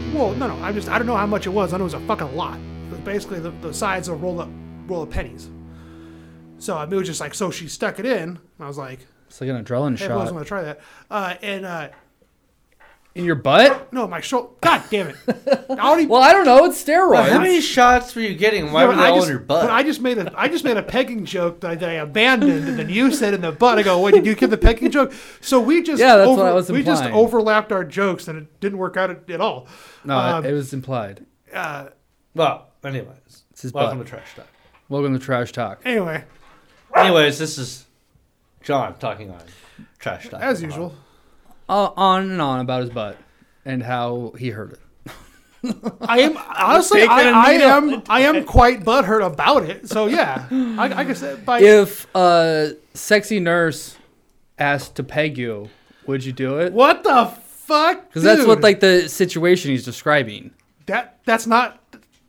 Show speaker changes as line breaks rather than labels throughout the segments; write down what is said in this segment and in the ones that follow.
I just I don't know how much it was. I know it was a fucking lot. But basically, the, the sides of roll up roll of pennies. So I mean, it was just like so she stuck it in. And I was like,
It's like an adrenaline
hey, I want
shot
to try that. Uh, and uh,
in your butt.
no, my shoulder. God damn it! I already.
Well, I don't know. It's
How
steroids.
many shots were you getting? Why
No,
were
but
they
I
all
just,
in your butt?
But I just made a I just made a pegging joke that I, that I abandoned, and then you said in the butt. I go, wait, did you give the pegging joke? So we just
Yeah, that's what I was
we just
implying.
overlapped our jokes, and it didn't work out at, at all.
No,
Um,
it was implied.
uh,
well, anyways,
his
welcome
butt.
to trash talk.
Welcome to trash talk.
anyway,
Anyways, this is John talking on trash talk
as usual.
Uh, on and on about his butt and how he hurt it.
I am honestly,
Taking a
I, I
needle.
am, I am quite butthurt about it. So yeah, I, I guess that by
If a sexy nurse asked to peg you, would you do it?
what the fuck?
Because that's what
dude?
like the situation he's describing.
that. That's not.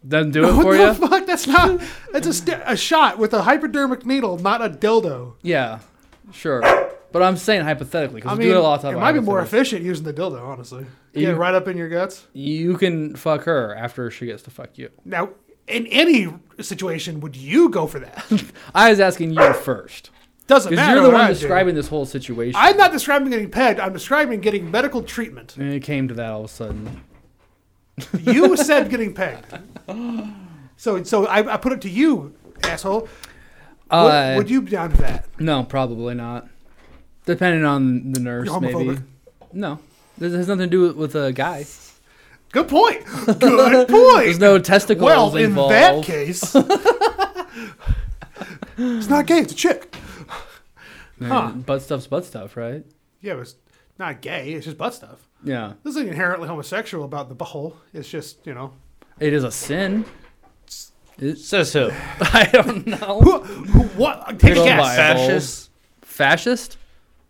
Doesn't do it
What
for
the
you.
fuck? That's not. That's a, st- a shot with a hypodermic needle, not a dildo.
Yeah, sure. But I'm saying hypothetically
I
because we
mean,
do it a lot.
it might be more efficient using the dildo, honestly. You get it
You-
right up in your guts.
You can fuck her after she gets to fuck you.
Now, in any situation, would you go for that?
I was asking you first
Doesn't
because
matter.
you're the
what
one
I do.
describing this whole situation.
I'm not describing getting pegged. I'm describing getting medical treatment.
and it came to that all of a sudden.
You said getting pegged. So so I, I put it to you, asshole. Would,
Uh,
would you be down for that?
No, probably not. Depending on the nurse,
You're
maybe.
homophobic.
No, this has nothing to do with a guy.
Good point. Good point.
There's no testicles
well, in
involved.
that case, it's not gay. It's a chick.
I mean, Butt stuff's butt stuff, right?
Yeah, but it's not gay. It's just butt stuff.
Yeah,
There's nothing inherently homosexual about the butthole. It's just you know.
it is a sin.
Says who?
I don't know.
Who, who, what? Take a
Go
guess.
by.
Fascist
Fascist?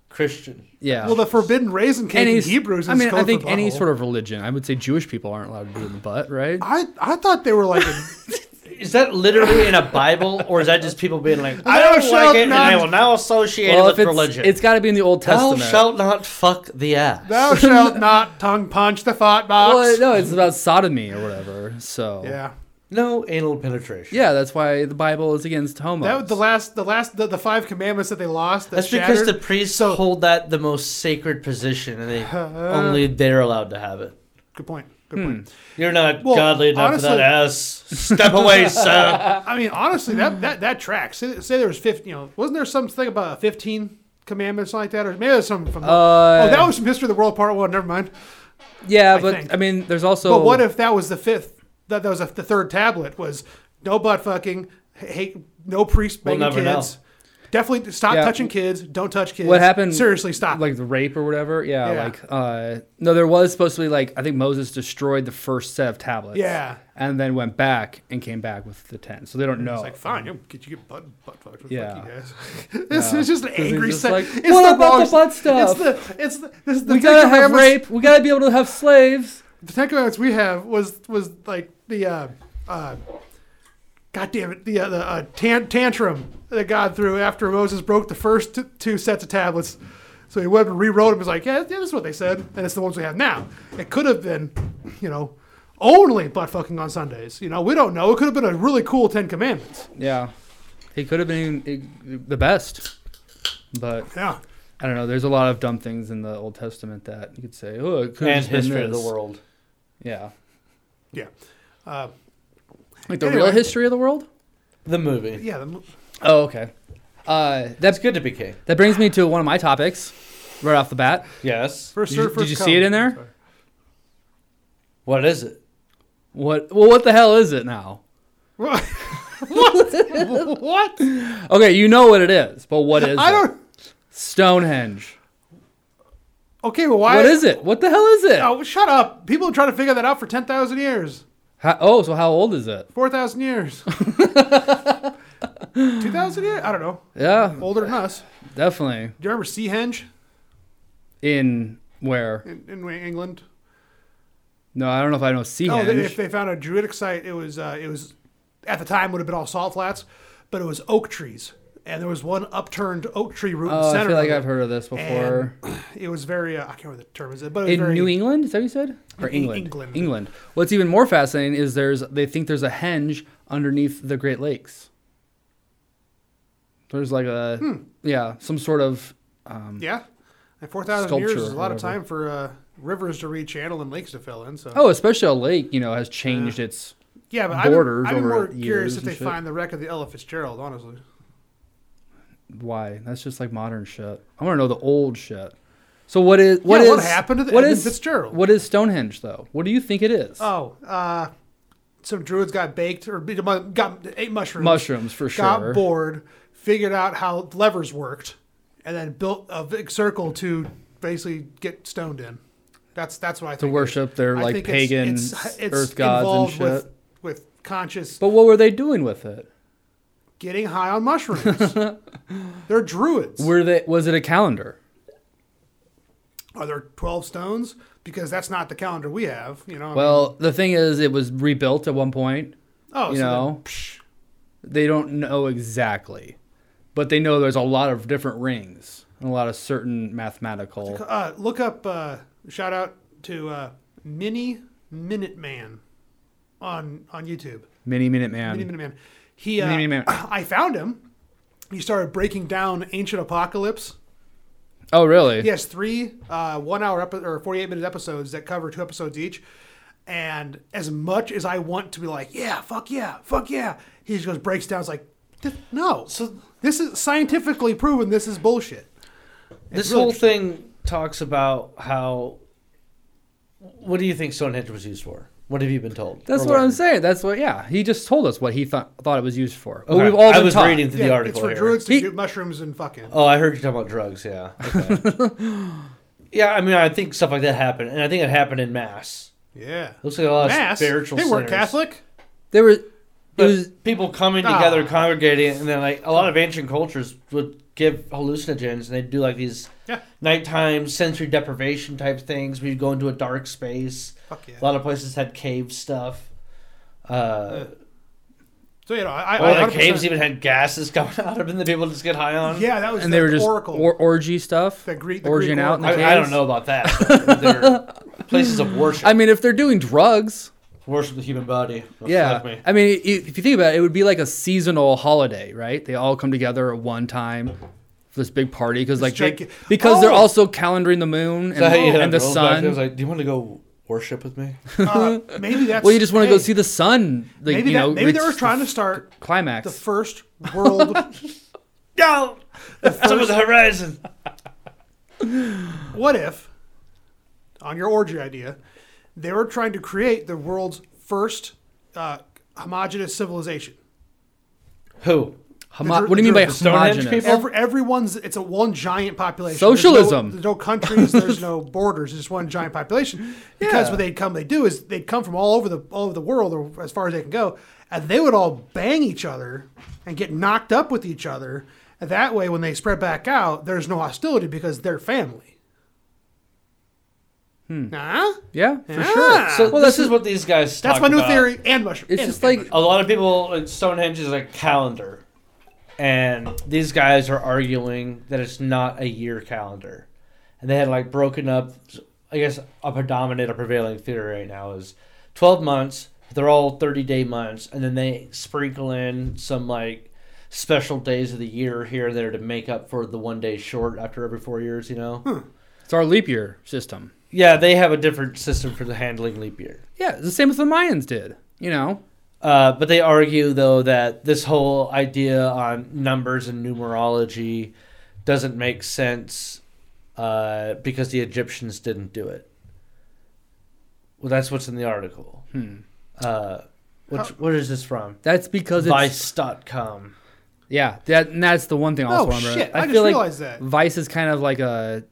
Christian.
Yeah.
Well, the forbidden raisin cake in
any
Hebrews. Is
I mean,
code
I
for
think any
butthole.
sort of religion. I would say Jewish people aren't allowed to do it in the butt, right?
I I thought they were like. a-
Is that literally in a Bible, or is that just people being like, "I
Thou
don't
shalt
like it,"
not-
and I will now associate it
if
with
it's,
religion?
it's got to be in the Old
Thou
Testament.
shalt not fuck the ass.
Thou shalt not tongue punch the thought box.
well, no, it's about sodomy or whatever. So
Yeah.
No anal penetration.
Yeah, that's why the Bible is against homos.
That was the last, the last, the, the five commandments that they lost. That
That's because the
shattered.
priests
So-
hold that the most sacred position, and they only they're allowed to have it.
Good point.
Hmm.
Good point.
You're not
Well,
godly enough for that ass. Step away, sir.
I mean, honestly, that that that tracks. Say, say there was fifteen. You know, wasn't there some thing about fifteen commandments like that, or maybe there's some from.
Uh,
oh, that was from History of the World Part One. Never mind.
yeah,
I
but
think.
I mean, there's also.
But what if that was the fifth? That, that was a, the third tablet. Was no butt fucking, hate no priest
We'll
banging
never know.
kids. Definitely stop
Yeah.
touching kids. Don't touch kids.
What happened?
Seriously, stop.
Like the rape or whatever. Yeah,
Yeah.
Like uh, no, there was supposed to be like I think Moses destroyed the first set of tablets.
Yeah.
And then went back and came back with the ten. So they don't know.
It's like fine, you get you get butt butt fucked. With
Oh, um, Yeah.
yeah, it's, it's just an
he's
angry
just
set.
like,
it's
"What about
wrong
the
s-
butt
It's
stuff?"
the it's the, this is the
we
Ten
gotta have
Commandments-
rape. We gotta be able to have slaves.
The Ten Commandments we have was was like the uh, uh, God damn it, the uh, the uh, tan- tantrum that God threw after Moses broke the first t- two sets of tablets. So he went and rewrote them. He's like, yeah, yeah, this is what they said, and it's the ones we have now. It could have been, you know, only butt fucking on Sundays. You know, we don't know. It could have been a really cool Ten Commandments.
Yeah. He could have been eh, the best, but
Yeah.
I don't know. There's a lot of dumb things in the Old Testament that you could say. Oh, it could have
and
just been
history of the
this."
world.
Yeah.
Yeah. Uh,
Like the real
Anyway.
history of the world.
The movie.
yeah. The, mo-
Oh, okay. Uh,
That's
that
good to be king.
that brings me to one of my topics, right off the bat.
Yes.
first
Did you-
serve,
did
first
you see
come.
it in there?
Sorry.
What is it?
What? Well, what the hell is it now?
What? what?
Okay, you know what it is, but what is
I
it?
don't.
Stonehenge.
Okay, well, why?
what is it? What the hell is it?
Oh, shut up! People have tried to figure that out for ten thousand years,
How, oh, so how old is it?
four thousand years, two thousand years. I don't know.
Yeah,
Older than us. Do
definitely.
you remember Seahenge
In where?
in, in England?
No, I don't know if I know
No, they, Oh, if
Seahenge.
they found a Druidic site, it was uh, it was at the time would have been all salt flats, but it was oak trees, and there was one upturned oak tree root in
Oh,
the
I
center.
feel like
of
I've heard of this before.
it. it was very uh, I can't remember the term is it, but it was
in
very
New England, is that what you said? Or
In
England?
England.
England. What's even more fascinating is there's they think there's a henge underneath the Great Lakes. There's like a
Hmm.
yeah, some sort of um,
yeah. And four thousand
Sculpture
years is a lot
or
of
whatever.
time for uh, rivers to re-channel and lakes to fill in. So
oh, especially a lake. You know, has changed its
yeah, but I've been,
borders
I've been
over
more
years
curious if
and
they
shit.
find the wreck of the Ella Fitzgerald. Honestly,
why. That's just like modern shit. I want to know the old shit. So what is what
Yeah,
is
what happened to the
what
Edmund
is
Fitzgerald?
What is Stonehenge though? What do you think it is?
oh, uh, some druids got baked or beat 'em up- got ate mushrooms.
Mushrooms for sure.
got bored, figured out how levers worked, and then built a big circle to basically get stoned in. That's that's what I
to
think. it is.
worship their
I
like
think
pagan earth gods and
involved
shit.
With, with conscious
But what were they doing with it?
getting high on mushrooms. They're druids.
Were they? Was it a calendar?
Are there twelve stones? Because that's not the calendar we have. You know. I
Well,
Mm-hmm.
the thing is, it was rebuilt at one point.
mean- oh,
you
so then,
know.
psh,
They don't know exactly, but they know there's a lot of different rings and a lot of certain mathematical.
uh, look up. Uh, shout out to uh, Mini Minuteman on on YouTube.
Mini Minute Man.
Mini Minuteman. He. Uh,
Mini Minute Man.
I found him. He started breaking down ancient apocalypse.
Oh, really?
He has three uh, one-hour epi- or forty-eight minute episodes that cover two episodes each. And as much as I want to be like, yeah, fuck yeah, fuck yeah, he just goes breaks down. It's like, "Th- no. So this is scientifically proven. This is bullshit.
This
really
whole thing talks about how. What do you think Stonehenge was used for? What have you been told?
That's
Or
what I'm
learned?
saying. That's what. Yeah, he just told us what he thought thought it was used for. What
Okay.
we've all
I
been
was
taught.
reading through the
Yeah, it's
article
for
here.
druids to
He-
shoot mushrooms and fucking.
Oh, I heard you talking about drugs. Yeah. Okay. yeah, I mean, I think stuff like that happened, and I think it happened in mass.
Yeah.
Looks like a lot
Mass.
of spiritual.
They weren't
sinners.
Catholic.
There were. It
But
was
people coming
Ah.
together, congregating, and then like a lot of ancient cultures would give hallucinogens, and they'd do like these
Yeah.
nighttime sensory deprivation type things. We'd go into a dark space.
Fuck yeah.
A lot of places had cave stuff. Uh,
So you know, I,
all
I
the
100%,
caves even had gases coming out of them that people just get high on.
Yeah, that was.
and they were just
oracle.
or, orgy stuff.
The Greek- the
orgying
Greek
out. In the
I,
oracle.
I
caves.
don't know about that. but They're places of worship.
I mean, if they're doing drugs,
worship the human body. Fuck
Yeah,
me.
I mean, i- if you think about it, it would be like a seasonal holiday, right? They all come together at one time for this big party because, like, they-
gigan-
because they're
Oh!
also calendaring the moon and,
Is that how you hit
and the
up girls back then? It
sun.
was like, do you want to go worship with me?
Uh, maybe that's.
well, you just want to go
hey,
see the sun. Like,
Maybe
you
that,
know,
maybe they
it's
were trying to start
the climax.
the first world
No. It's over the horizon.
What if, on your orgy idea, they were trying to create the world's first uh, homogenous civilization?
Who?
Homo-
the-
what do you mean
the-
by
the
Stonehenge
homogenous?
people?
Every, everyone's it's a one giant population.
Socialism.
There's no, there's no countries. there's no borders. It's just one giant population. Because
Yeah.
what they'd come, they do is they'd come from all over the all over the world, or as far as they can go, and they would all bang each other and get knocked up with each other. And that way, when they spread back out, there's no hostility because they're family. Hmm. Nah?
Yeah, for
Yeah.
sure.
So
well,
Ah. this
that's
is what these guys.
That's
talk
my new
about.
theory. And mushroom.
It's
and-
just
and
like
mushroom.
A lot of people at Stonehenge is a calendar, and these guys are arguing that it's not a year calendar, and they had like broken up. I guess a predominant or prevailing theory right now is twelve months. They're all thirty day months, and then they sprinkle in some like special days of the year here and there to make up for the one day short after every four years. You know.
it's our leap year system.
Yeah, they have a different system for the handling leap year.
Yeah, it's the same as the Mayans did. You know,
Uh, but they argue though that this whole idea on numbers and numerology doesn't make sense uh, because the Egyptians didn't do it. Well, that's what's in the article. Uh, which, what is this from?
that's because it's
Vice.com.
yeah. That and that's the one thing I also
Oh,
remember.
shit, I just
feel
realized that.
like Vice is kind of like a.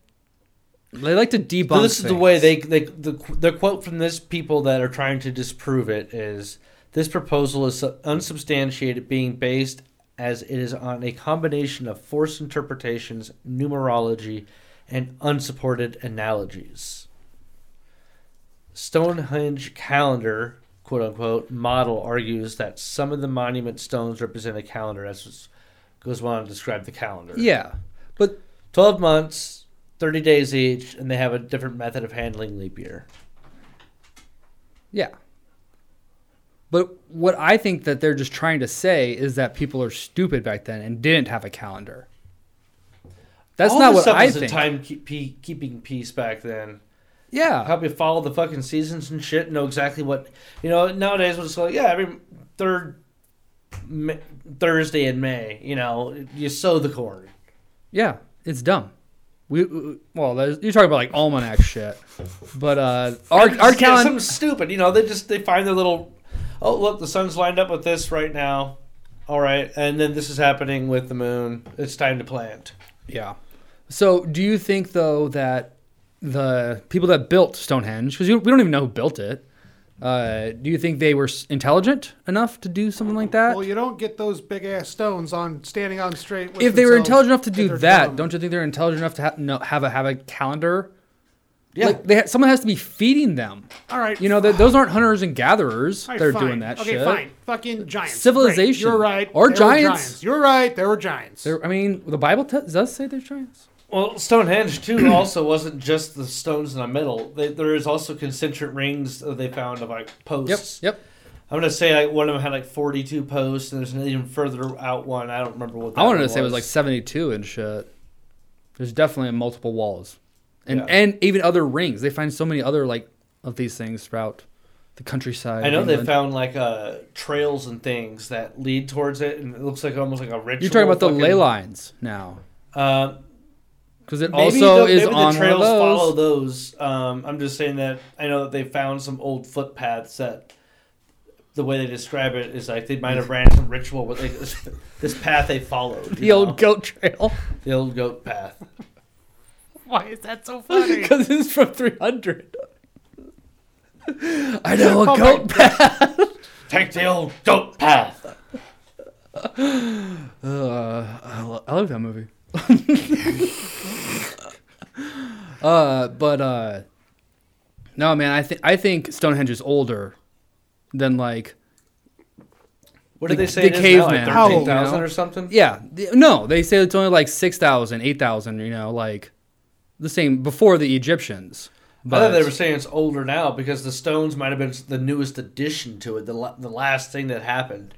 They like to debunk.
So this is the
things.
way they they the, the quote from this people that are trying to disprove it is this proposal is unsubstantiated, being based as it is on a combination of forced interpretations, numerology, and unsupported analogies. Stonehenge calendar, quote unquote, model argues that some of the monument stones represent a calendar, as was goes on to describe the calendar.
Yeah, but
12 months, 30 days each, and they have a different method of handling leap year.
yeah. But what I think that they're just trying to say is that people are stupid back then and didn't have a calendar. That's
All
not
this
what
stuff
I
was a
think.
time keep, pe- keeping piece back then.
yeah,
Help you follow the fucking seasons and shit. Know exactly what you know. Nowadays, it's like yeah, every third Ma- Thursday in May, you know, you sow the corn.
yeah, it's dumb. We, we- well, there's- you're talking about like almanac shit, but uh, our
Just
our
get
calendar.
Something stupid, you know. They just they find their little. Oh look, the sun's lined up with this right now. All right, and then this is happening with the moon. It's time to plant.
Yeah. So, do you think though that the people that built Stonehenge, because we don't even know who built it, uh, do you think they were s- intelligent enough to do something like that?
Well, you don't get those big ass stones on standing on straight. With
if they were
themselves
intelligent enough to
if
do
they're
that,
dumb.
don't you think they're intelligent enough to ha- no, have a have a calendar?
Yeah.
Like they ha- someone has to be feeding them.
All right.
You know, th- those aren't hunters and gatherers.
All right,
they're
fine.
doing that
okay,
shit.
fine. Fucking giants.
Civilization.
Great. You're right.
Or
There were
giants.
You're right. There were giants.
They're- I mean, the Bible t- does say there's giants.
Well, Stonehenge too also wasn't just the stones in the middle. They, there is also concentric rings that they found of like
Yep.
posts.
Yep.
I'm gonna say like one of them had like 42 posts, and there's an even further out one. I don't remember what. That
I wanted
one
to say it was like 72 and shit. There's definitely multiple walls, and
Yeah.
and even other rings. They find so many other like of these things throughout the countryside.
I
of
know they
England.
found like uh, trails and things that lead towards it, and it looks like almost like a ritual.
You're talking about the
fucking-
ley lines now,
Uh,
because it
maybe
also
the,
is
maybe
on
the trails
one of those.
follow those. Um, I'm just saying that I know that they found some old footpaths that. The way they describe it is like they might have ran some ritual with like, this, this path they followed.
the
you know?
old goat trail,
The old goat path.
Why is that so funny?
because it's from 300. I know a
Oh my
goat path.
Take the old goat path.
Uh, I, lo- I love that movie. uh, but uh, no, man, I think I think Stonehenge is older than like
What
The-
did they say?
the
it is now,
caveman.
How
Like
old,
Thirteen thousand
you know?
or something.
yeah. th- No, they say it's only like 6,000, 8,000, You know, like the same before the Egyptians.
I
But
thought they were saying it's older now because the stones might have been the newest addition to it, the, la- the last thing that happened.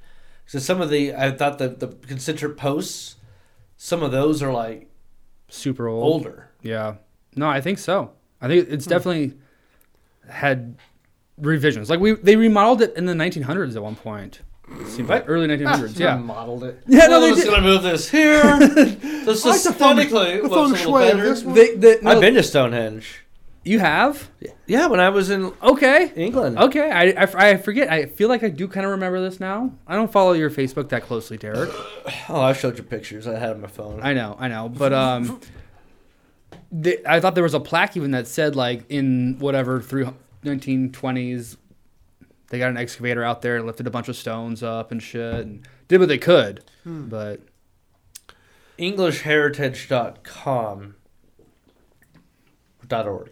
So some of the, I thought the, the concentric posts, some of those are like
super old.
older. Hmm.
Yeah. No, I think so. I think it's definitely had revisions. Like we they remodeled it in the 1900s at one point. It seemed like early 1900s.
Kinda
Yeah.
modeled it.
Yeah, no,
Well,
they
let's
did-
gonna move this here. this
I like
is
the feng-
aesthetically
the
looks a
feng
little
shui of
better.
this one.
They, they, no,
I've been to Stonehenge.
You have?
Yeah, when I was in
Okay.
England.
Okay. I, I, I forget. I feel like I do kind of remember this now. I don't follow your Facebook that closely, Derek.
Oh, I showed you pictures. I had on my phone.
I know. I know. But um, the, I thought there was a plaque even that said like in whatever through 1920s, they got an excavator out there, lifted a bunch of stones up and shit, and did what they could. But
EnglishHeritage.com dot org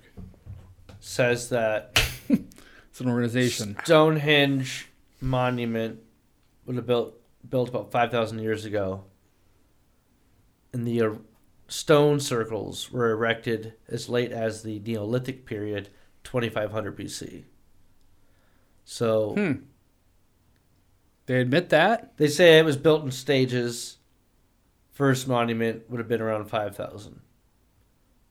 says that
it's an organization.
Stonehenge monument would have built built about five thousand years ago, and the uh, stone circles were erected as late as the Neolithic period, twenty five hundred BC. So
Hmm. They admit that.
they say it was built in stages. First monument would have been around five thousand.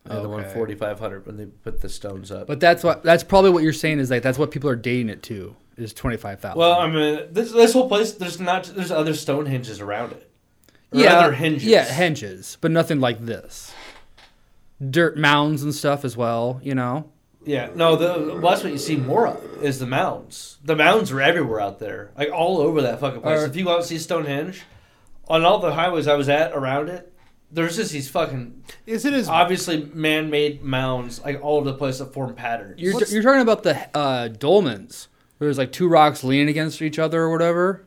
The other one
Okay.
forty five hundred when they put the stones up.
But that's what that's probably what you're saying is like that's what people are dating it to is twenty five thousand.
well, I mean, this this whole place there's not there's other stone hinges around it. Or other hinges.
Yeah, hinges, but nothing like this. Dirt mounds and stuff as well, you know.
Yeah, no, the, well, that's what you see more of is the mounds. The mounds are everywhere out there, like all over that fucking place.
Or-
if you go out and see Stonehenge, on all the highways I was at around it, there's just these fucking
Is it as
obviously man-made mounds like all over the place that form patterns.
You're, you're talking about the uh, dolmens. where There's like two rocks leaning against each other or whatever.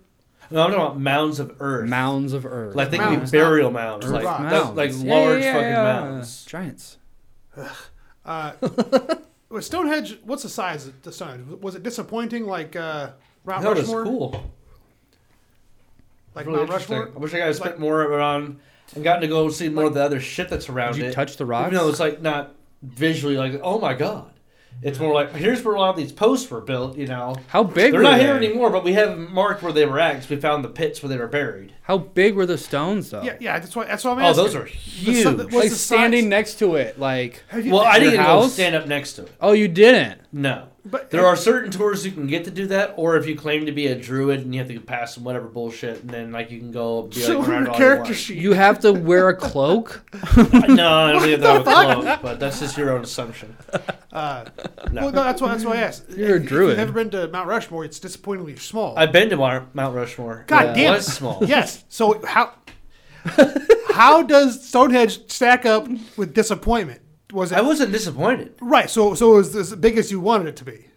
no, I'm talking about mounds of earth,
Mounds of earth.
like they can be
Mounds,
burial mounds,
Earth
like
rocks.
the- like
Mounds. Yeah,
large
yeah, yeah,
fucking
yeah.
mounds.
Giants.
uh, was Stonehenge? What's the size of the Stonehenge? Was it disappointing like uh, Mount
No, it's
Rushmore?
cool.
like
really
Mount
interesting.
Rushmore.
I wish I could have spent more around and gotten to go see more of the other shit that's around
Did you
it.
touch the rocks?
Even though it's like not visually like, oh my god. It's more like here's where a lot of these posts were built. You know,
How big?
they're
were
not
they?
here anymore, but we have marked where they were at because we found the pits where they were buried.
How big were the stones though?
Yeah, yeah, that's what that's what I'm
Oh,
asking.
those are
The
huge.
sun- what's
like
the size?
standing next to it, like.
Have you-
well, I
Your
didn't go
house?
stand up next to it.
Oh, you didn't.
No,
But-
there are certain tours you can get to do that, or if you claim to be a druid and you have to pass some whatever bullshit, and then like you can go be
Show
like
her
around
your
all
character
you
sheet.
You have to wear a cloak.
want. no, I don't think that would close, but that's just your own assumption.
Uh,
No.
Well, no, that's why that's why I asked.
You're a
If
druid.
You've never been to Mount Rushmore. It's disappointingly small.
I've been to Mar- Mount Rushmore.
God
It
damn it.
was small.
yes. So how how does Stonehenge stack up with disappointment? Was
I
it
wasn't disappointed.
right? So so it was as big as you wanted it to be.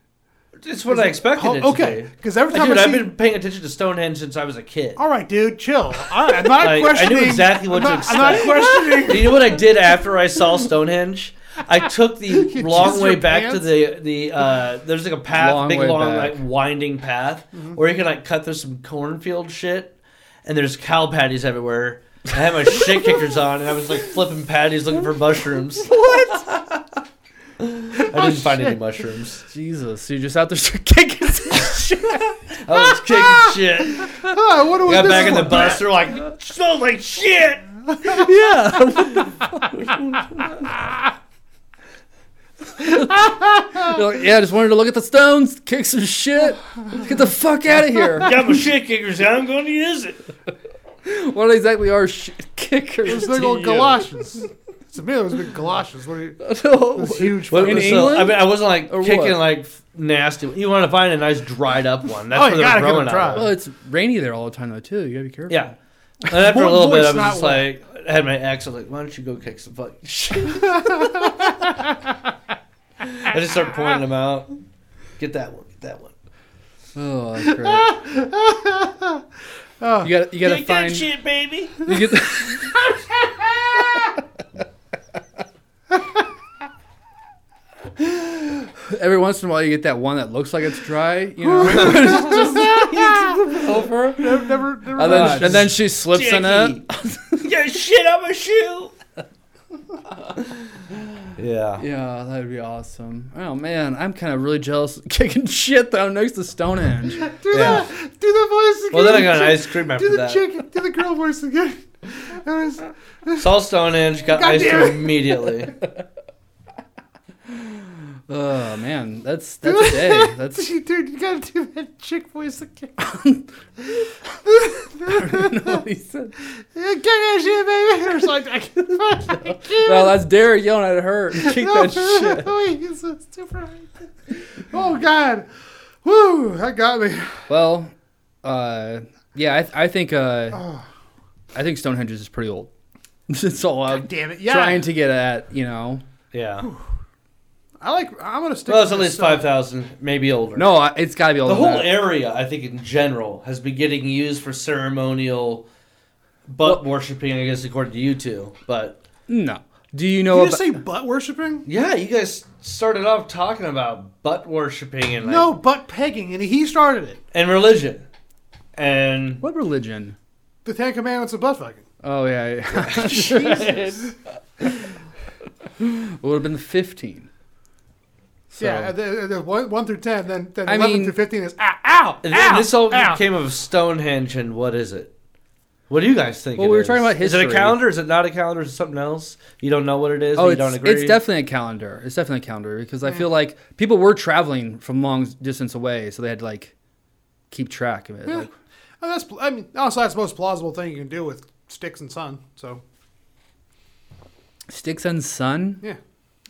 It's what I expected
Oh,
it to
okay,
be.
because every
Like,
time
dude,
I
I've
see,
been paying attention to Stonehenge since I was a kid.
all right, dude, chill. All right, I'm not
Like, I
questioning.
knew exactly what
I'm not,
to
I'm not
expect.
questioning.
you know what I did after I saw Stonehenge? I took the long
jizzed
way
your
back to
pants?
the the uh, there's like a path,
Long
big
way
long
back.
like winding path, where you can like cut through some cornfield shit, and there's cow patties everywhere. I had my shit kickers on, and I was like flipping patties looking for mushrooms. What? I didn't find any mushrooms.
Jesus, you're just out there kicking.
I was kicking shit.
Huh, what was
Got
this
back in the
one?
bus, they're like, smells like shit.
yeah. You're like, yeah, I just wanted to look at the stones, kick some shit, get the fuck out of here.
Got my shit kickers out. I'm going to use it.
What exactly are sh- kickers?
Those big
to
old
you?
galoshes. To me, those big galoshes. What are you,
No.
those huge.
What
fucking-
In
was- so,
England?
I mean, I wasn't like
Or
kicking
what?
like nasty. You want to find a nice dried up one. That's
Oh,
what
you
they're
gotta get
growing
them dried.
out.
Well,
of.
it's rainy there all the time though too. You gotta be careful.
Yeah. And after a
One
little bit, I
voice,
was
not
just
one.
like, I had my ex. I was like, why don't you go kick some fucking shit? I just start pointing them out. Get that one. Get that one.
Oh, that's great. you gotta, you gotta
Get
find.
that shit, baby.
You get the- Every once in a while, you get that one that looks like it's dry, you know, It's just over.
Never, never, never
And then,
mind.
and then she slips in it.
Jackie. Get shit on my shoe. yeah.
Yeah, that'd be awesome. Oh man, I'm kind of really jealous of kicking shit though next to Stonehenge.
do
Yeah.
the do the voice again.
Well, then I got an
Chick-
ice cream after
Do the
that.
chicken, do the girl voice again. That was-
Saw Stonehenge, got
God
iced
damn
cream
it.
immediately.
Oh man, that's that's a day. That's
dude, you gotta do that chick voice again.
no, he said-
Kick that shit, baby. Or something. I can't. I can't.
no, that's Derek yelling at her. Kick
No,
that shit.
wait, it's a super- Oh God. Woo! That got me.
Well, uh, yeah, I, th- I think uh,
Oh.
I think Stonehenge is pretty old. it's all I'm
Damn it! Yeah.
trying to get at, you know.
Yeah.
I like. I'm gonna stick.
Well,
with
it's at
this
least
stuff.
5,000, maybe older.
No, I- it's got to be older.
The
than
whole
that.
area, I think, in general, has been getting used for ceremonial butt worshipping, I guess, according to you two. But
no. Do you
Did
know
you
about?
just say butt worshiping?
yeah, you guys started off talking about butt worshipping and, like,
No, butt pegging, and he started it.
and religion. And
what religion?
The Ten Commandments of butt fucking.
Oh yeah. yeah.
Jesus.
it would have been the 15. So,
Yeah, the, the one, one through ten, then, then
I
eleven
mean-
through fifteen is ow, Ah, ow,
And
ow,
then this all
ow.
came of Stonehenge and what is it? What do you guys think?
Well,
it
we were
is?
talking about
Is it a
history.
calendar? Is it not a calendar? Is it something else? You don't know what it is.
oh,
and you
it's,
don't agree.
it's definitely a calendar. It's definitely a calendar because I feel like people were traveling from long distance away, so they had to like keep track of it.
Yeah.
Like,
Oh, that's pl- I mean, also that's the most plausible thing you can do with sticks and sun. So
sticks and sun.
yeah,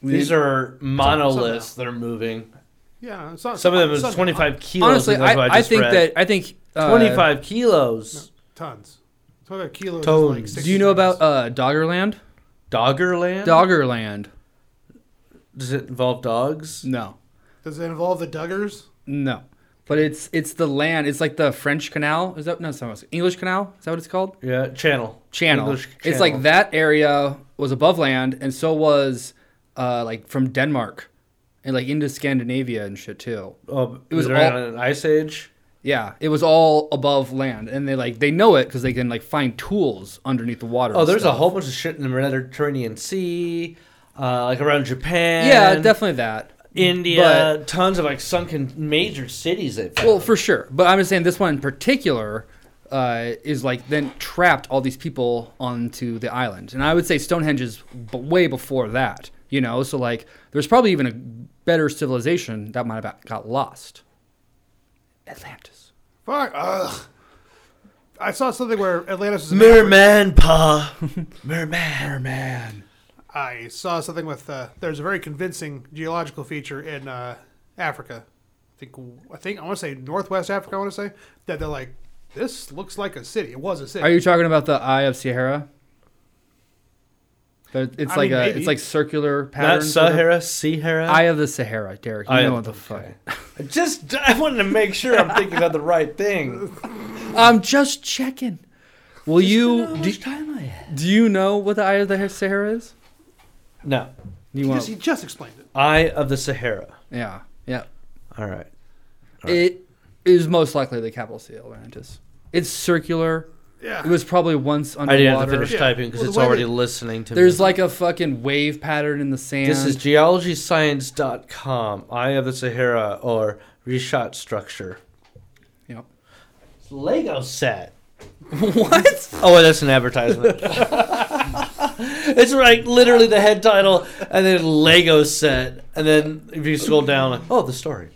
These are monoliths
else.
that are moving.
yeah. Sun,
Some of them is
sun-
25 kilos.
Honestly,
and that's what
I, I
just
think
read.
that I think uh,
25 kilos.
tons. Talk about kilos.
Tons.
Like six
Do you know
tons.
about uh, Doggerland?
Doggerland?
Doggerland.
Does it involve dogs?
No,
Does it involve the Duggars?
no. But it's it's the land. It's like the French Canal. Is that no? It's not English Canal. Is that what it's called?
Yeah, channel.
channel.
English
It's like
channel.
that area was above land, and so was uh, like from Denmark and like into Scandinavia and shit too.
Oh,
It was
was during
all-
an ice age.
Yeah, it was all above land, and they like they know it because they can like find tools underneath the water.
Oh,
and
there's a
stuff.
whole bunch of shit in the Mediterranean Sea, uh, like around Japan.
yeah, definitely that.
India, tons of like sunken major cities. They've found.
Well, for sure, but I'm just saying this one in particular uh, is like then trapped all these people onto the island, and I would say Stonehenge is b- way before that. You know, so like there's probably even a better civilization that might have got- got lost. Atlantis.
Fuck. Ugh. I saw something where Atlantis is.
Merman, pa, merman, merman.
I saw something with. Uh, there's a very convincing geological feature in uh, Africa. I think. I think I want to say northwest Africa. I want to say that they're like. This looks like a city. It was a city.
Are you talking about the Eye of Sierra? That- It's
I
like
mean,
a
maybe.
it's like circular pattern.
Not
sort of-
Sahara, Sahara.
Eye of the Sahara, Derek. You
Eye
know
of-
what the fuck.
just I wanted to make sure I'm thinking of the right thing.
I'm just checking. Will you do,
time I had?
do you know what the Eye of the Sahara is?
No,
You
He
want
just, he just explained it.
Eye of the Sahara.
Yeah. Yeah.
All right. Alright.
It is most likely the capital city of Atlantis. It's circular.
Yeah.
It was probably once
I didn't have to
underwater.
finish
Yeah.
typing because
Well,
it's
the way
already
that-
listening to
There's
me.
like a fucking wave pattern in the sand.
this is geologyscience.com, Eye of the Sahara, or Reshat Structure.
Yep.
Lego set.
what?
Oh, wait, that's an advertisement. it's like literally the head title, and then Lego set, and then if you scroll down, like, oh, the story.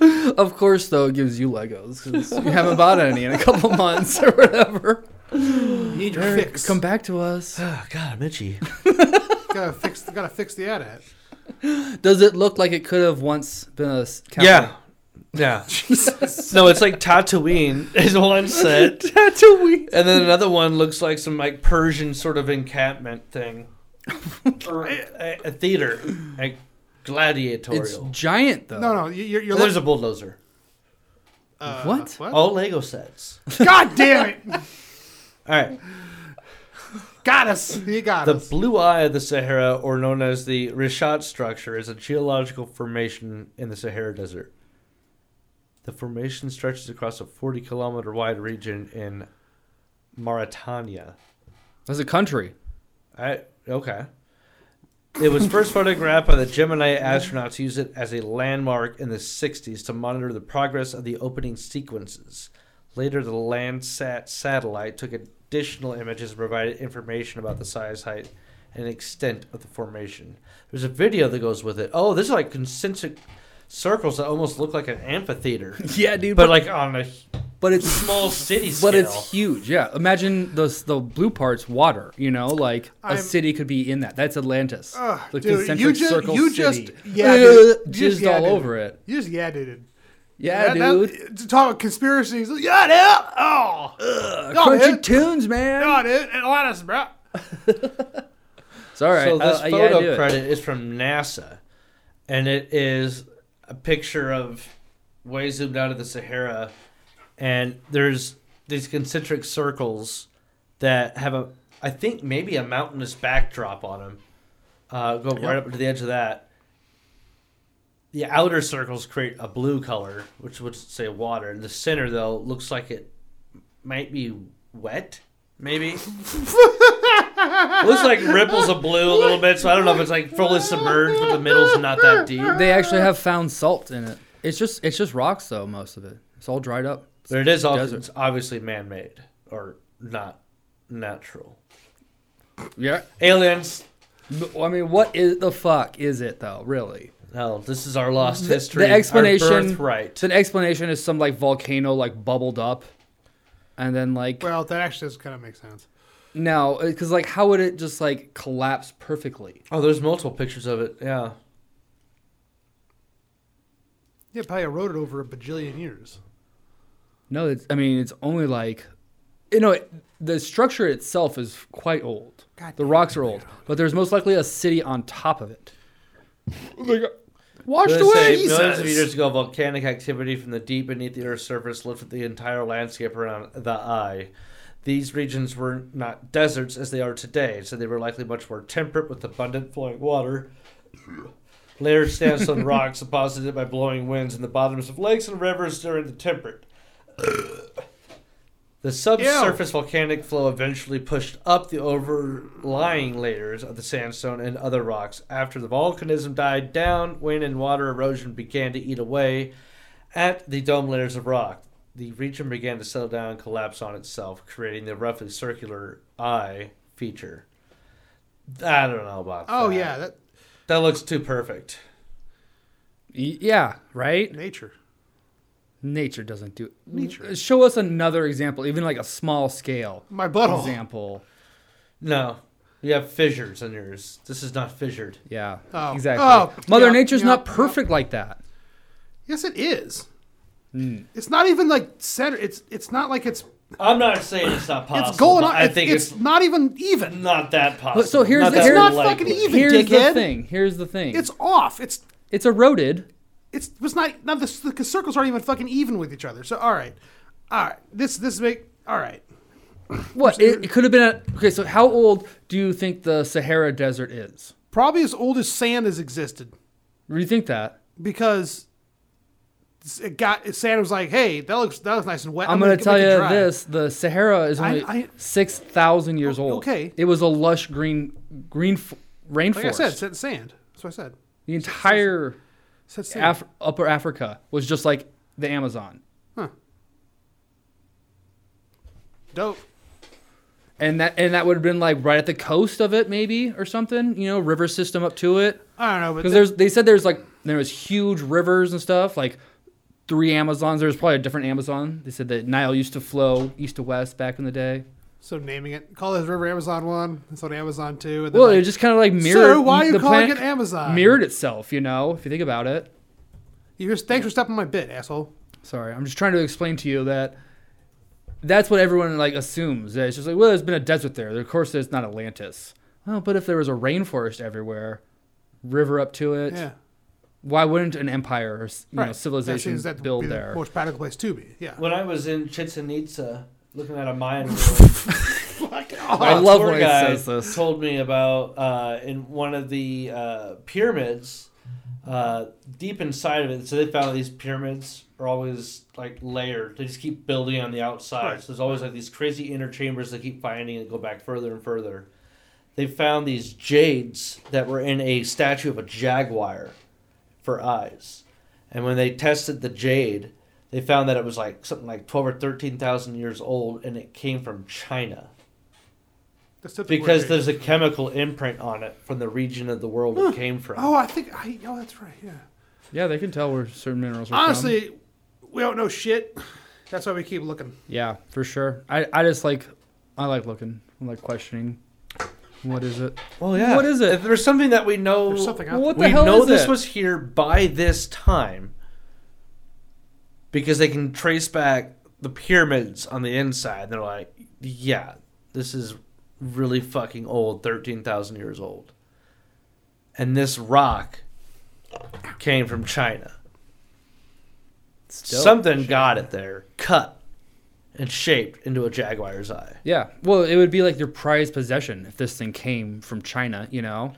Of course, though, it gives you Legos 'cause you haven't bought any in a couple months or whatever.
You need your
Derek,
fix.
Come back to us.
Oh God, I'm itchy.
Gotta fix. Gotta fix the ad ad.
Does it look like it could have once been a s- capital?
yeah, yeah. No, it's like Tatooine is one set,
Tatooine.
and then another one looks like some like Persian sort of encampment thing, or a, a theater, like
It's
gladiatorial.
giant though.
No, no. you- You're. you're
There's a bulldozer.
uh,
What?
All Lego sets.
God damn it!
All right.
Got us. He got
The
us.
Blue Eye of the Sahara, or known as the Rishat Structure, is a geological formation in the Sahara Desert. The formation stretches across a 40 kilometer wide region in Mauritania.
That's a country.
I, okay. It was first photographed by the Gemini astronauts who used it as a landmark in the 60s to monitor the progress of the opening sequences. Later, the Landsat satellite took additional images and provided information about the size, height, and extent of the formation. There's a video that goes with it. Oh, this is like concentric circles that almost look like an amphitheater,
Yeah, dude.
but like on a
but it's
small city scale.
but it's huge. Yeah. Imagine the the blue parts water. You know, like a
I'm-
city could be in that. That's Atlantis.
Ugh,
the
dude,
concentric
you just-
circle
you just-
city.
yeah,
Uh,
dude. You
jizzed
just- yeah,
all
dude.
over it.
You just yeah, dude.
Yeah, dude.
to talk about conspiracies. Yeah, dude. Oh, Ugh,
Crunchy tunes, man.
God, dude. Atlantis, bro.
It's all right.
So this
I- I- uh, yeah, I
photo
do it.
credit is from NASA, and it is a picture of way zoomed out of the Sahara, and there's these concentric circles that have a, I think maybe a mountainous backdrop on them. Uh, go right up to the edge of that. The outer circles create a blue color, which would say water. And the center though looks like it might be wet, maybe. looks like ripples of blue a little bit, so I don't know if it's like fully submerged, but the middle's not that deep.
They actually have found salt in it. It's just it's just rocks though. Most of it. It's all dried up.
But it is all
Desert.
it's obviously man made or not natural.
Yeah.
Aliens.
But, I mean, what is the fuck is it though? Really?
No, this is our lost
The-
history.
the explanation-
Our birthright.
So an explanation is some like volcano like bubbled up, and then like
Well, that actually does kind of make sense.
now because like how would it just like collapse perfectly?
Oh, there's multiple pictures of it. Yeah.
Yeah, probably eroded over a bajillion years.
No, it's, I mean it's only like, you know, it, the structure itself is quite old.
God
the rocks are old, but there's most likely a city on top of it. Washed
Let's
away.
say millions of
Jesus.
years ago, volcanic activity from the deep beneath the Earth's surface lifted the entire landscape around the eye. These regions were not deserts as they are today, so they were likely much more temperate with abundant flowing water. Laird stands on rocks deposited by blowing winds in the bottoms of lakes and rivers during the temperate. the subsurface volcanic flow eventually pushed up the overlying layers of the sandstone and other rocks. After the volcanism died down, wind and water erosion began to eat away at the dome layers of rock. The region began to settle down and collapse on itself, creating the roughly circular eye feature. I don't know about
Oh
that.
yeah, that
That looks too perfect.
Y- Yeah, right?
nature.
Nature doesn't do
Nature.
Show us another example, even like a small scale
My butthole.
example.
No. You have fissures in yours. This is not fissured.
Yeah,
Oh.
exactly.
Oh,
Mother
yeah,
Nature's
yeah,
not
yeah.
perfect like that.
Yes, it is. It's not even like center. It's it's not like it's
I'm not saying it's not possible.
it's going
but
on.
I
it's,
think
it's,
it's,
not even even.
not that possible.
so here's
not
the-
that
It's
not
likely.
fucking even-
Here's the
dickhead.
thing. Here's the thing.
It's off. It's
it's eroded.
it's was not not the, the circles aren't even fucking even with each other. So all right, all right. This this make all right.
What? It, it could have been. A, okay, so how old do you think the Sahara Desert is?
Probably as old as sand has existed
Rethink that.
because it got sand was like, hey, that looks that looks nice and wet.
I'm, going
g-
to tell
make it
you
dry."
this: the Sahara is
I-
only
I-
six thousand years old.
okay.
It was a lush green green f- rainforest.
Like I said, said sand. That's what I said.
the entire
Said sand.
Af- Upper Africa was just like the Amazon,
Dope.
and that and that would have been like right at the coast of it, maybe or something. You know, river system up to it.
I don't know, but
Because there's, they said there's like there was huge rivers and stuff, like three Amazons. There was probably a different Amazon. They said that Nile used to flow east to west back in the day.
so naming it, call this river Amazon one. That's on Amazon two. And then
Well,
like,
it just kind of like mirrored.
Sir, why are you
the
calling
planet
it Amazon?
Mirrored itself, you know, if you think about it.
You just, thanks for stepping my bit, asshole.
Sorry, I'm just trying to explain to you that that's what everyone like assumes. That It's just like, well, there's been a desert there. Of course, it's not Atlantis. Oh, but if there was a rainforest everywhere, river up to it,
Yeah,
why wouldn't an empire or s- you know,
That
civilization
seems that would
build
be the
there?
Most practical place to be. Yeah.
When I was in Chichen Itza, looking at a Mayan ruin,
Oh
I
My
love
tour
when it
guide
says this.
Told me about uh, in one of the uh, pyramids, uh, deep inside of it. So they found these pyramids are always like layered. They just keep building on the outside.
Right.
So there's always like these crazy inner chambers they keep finding and go back further and further. They found these jades that were in a statue of a jaguar for eyes. And when they tested the jade, they found that it was like something like 12 or 13,000 years old and it came from China
That's typically
because
where it is.
there's a chemical imprint on it from the region of the world it came from.
Oh, I think I. Oh, that's right. Yeah.
Yeah, they can tell where certain minerals are from.
Honestly, we don't know shit. That's why we keep looking.
Yeah, for sure. I, I just like I like looking. I like questioning. What is it?
well,
yeah. What is it?
If there's something that we know.
There's something out
What
there.
the
we
hell
know
is
this
it?
was here by this time because they can trace back the pyramids on the inside. They're like, yeah, this is really fucking old, thirteen thousand years old, and this rock came from China.
Still.
Something got it there, cut and shaped into a jaguar's eye.
Yeah. Well, it would be like your prized possession if this thing came from China, you know.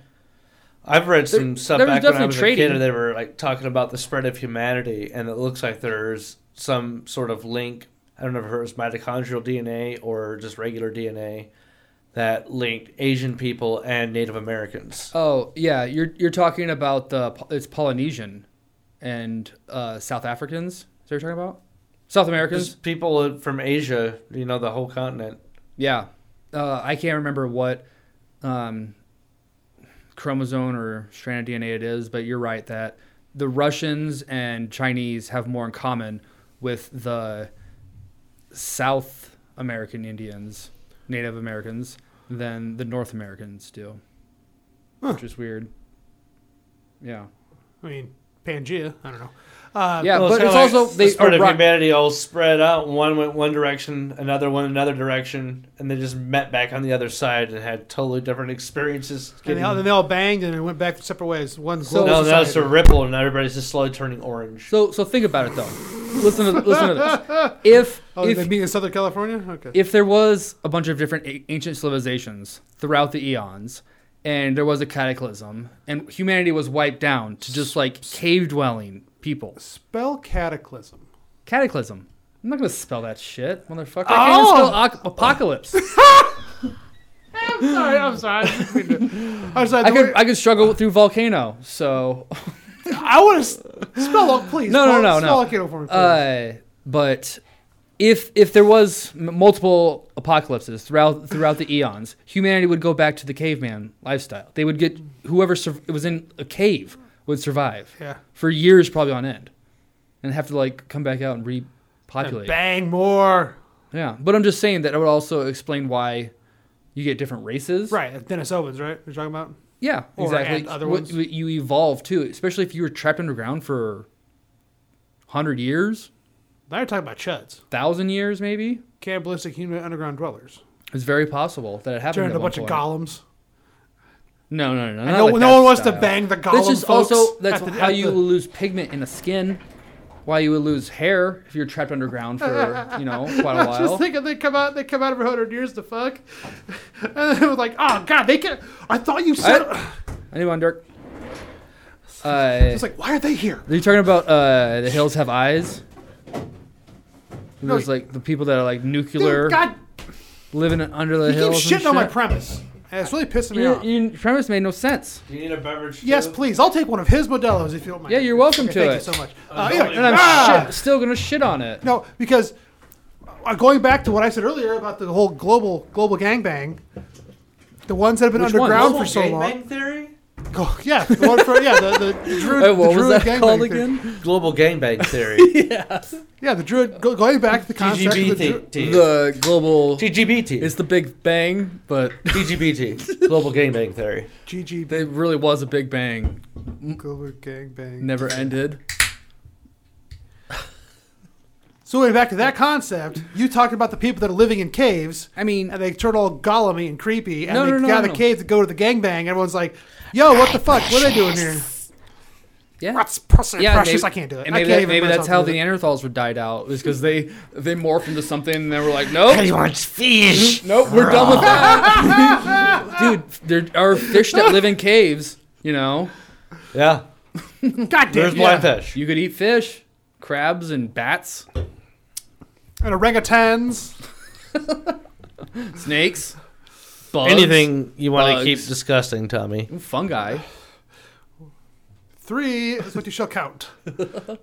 I've read some stuff
there was
back when I
definitely
was a
trading.
kid, and they were like talking about the spread of humanity, and it looks like there's some sort of link. I don't know if it was mitochondrial DNA or just regular DNA that linked Asian people and Native Americans.
Oh, yeah, you're you're talking about the Po- it's Polynesian and uh, South Africans. Is that what you're talking about? South Americans?
Just people from Asia, you know, the whole continent.
Yeah. Uh, I can't remember what um, chromosome or strand of DNA it is, but you're right that the Russians and Chinese have more in common with the South American Indians, Native Americans, than the North Americans do, which is weird. Yeah.
I mean, Pangea. I don't know. Uh,
Yeah, but it's
kinda like
also
the
they
spread
are
of
rock-
humanity all spread out. One went one direction, another went another direction, and they just met back on the other side and had totally different experiences.
And they, all, then they all banged and it went back separate ways. One
So-
global
No,
society.
that's a ripple, and everybody's just slowly turning orange.
So so think about it though. listen to listen to this. If
oh,
if
they meet in Southern California. Okay.
if there was a bunch of different a- ancient civilizations throughout the eons and there was a cataclysm, and humanity was wiped down to just like cave dwelling people.
Spell cataclysm.
Cataclysm. I'm not gonna spell that shit, motherfucker. I can't
Oh!
even spell ac- apocalypse.
I'm sorry. I'm sorry. I didn't mean to- I'm sorry.
I
the
could
way-
I could struggle through volcano. So
I want to spell it, please.
No, no, no,
spell
no.
it, Kano, for me, please.
Uh, but if if there was m- multiple apocalypses throughout throughout the eons, humanity would go back to the caveman lifestyle. They would get whoever sur- was in a cave would survive
yeah.
for years, probably on end, and have to like come back out and repopulate.
Bang more.
yeah, but I'm just saying that it would also explain why you get different races.
Right, Dennis Owens, right? You're talking about?
Yeah,
Or
exactly.
and other
What-
ones.
what you evolve too, especially if you were trapped underground for hundred years,
Now you're talking about Chuds.
thousand years, maybe.
Cannibalistic human underground dwellers.
It's very possible that it happened.
Turned
at
a
one
bunch of
point.
golems.
No, no, no,
And
not
no,
like
no
that
one wants to
style.
bang the golem.
That's just
folks
also that's
at the-
how
at
you
the-
will lose pigment in the skin, why you would lose hair if you're trapped underground for you know quite
I was
a while.
just thinking they come out. They come out every hundred years to fuck, and then it was like, oh god, they can. I thought you said.
Anyone, Dirk? Uh,
It's like, why are they here?
are you talking about uh, the hills have eyes?
No,
There's
you-
like the people that are like nuclear,
Dude, God,
living under the
you keep
hills.
shitting
and
on my
shit.
premise. And it's really pissing me
Your,
off.
your premise made no sense.
Do you need a beverage?
yes,
too?
please. I'll take one of his Modelo's if you don't mind.
Yeah, you're welcome
Okay,
to
thank
it.
you so much. Uh,
I'm
anyway,
And I'm
ah!
shit, still gonna shit on it.
No, because uh, going back to what I said earlier about the whole global global gangbang, the ones that have been
Which
underground
Global
for so long.
gangbang theory.
Go- yeah, the one for yeah the, the druid.
Wait, what
the
was
druid
that
gangbang
called
theory.
again?
Global gangbang theory.
Yeah, the druid go, going back to the concept. Of the druid,
GGBT.
The global.
GGBT.
It's the Big Bang, but
GGBT. Global gangbang theory.
GG
it really was a Big Bang.
global gangbang.
Never ended.
So going back to that concept, you talked about the people that are living in caves.
I mean,
And they turn all gollumy and creepy, and
No,
they
no, no,
got out of
no.
the cave to go to the gangbang. Everyone's like, "Yo, what the fuck? What are they doing here?"
yeah.
That's precious.
Yeah,
precious.
maybe-
I can't do it.
And
I can't
maybe, that-
even
maybe
pronounce
that's how the
it.
Neanderthals were died out, is because they they morphed into something and they were like, nope,
wants fish.
nope, we're done with that. Dude, there are fish that live in caves. You know,
Yeah.
God damn
There's
it.
blind
yeah.
fish.
you could eat fish, crabs, and bats,
And orangutans.
snakes, bugs,
Anything you want to keep
Bugs.
disgusting, Tommy.
fungi.
Three is what you shall count.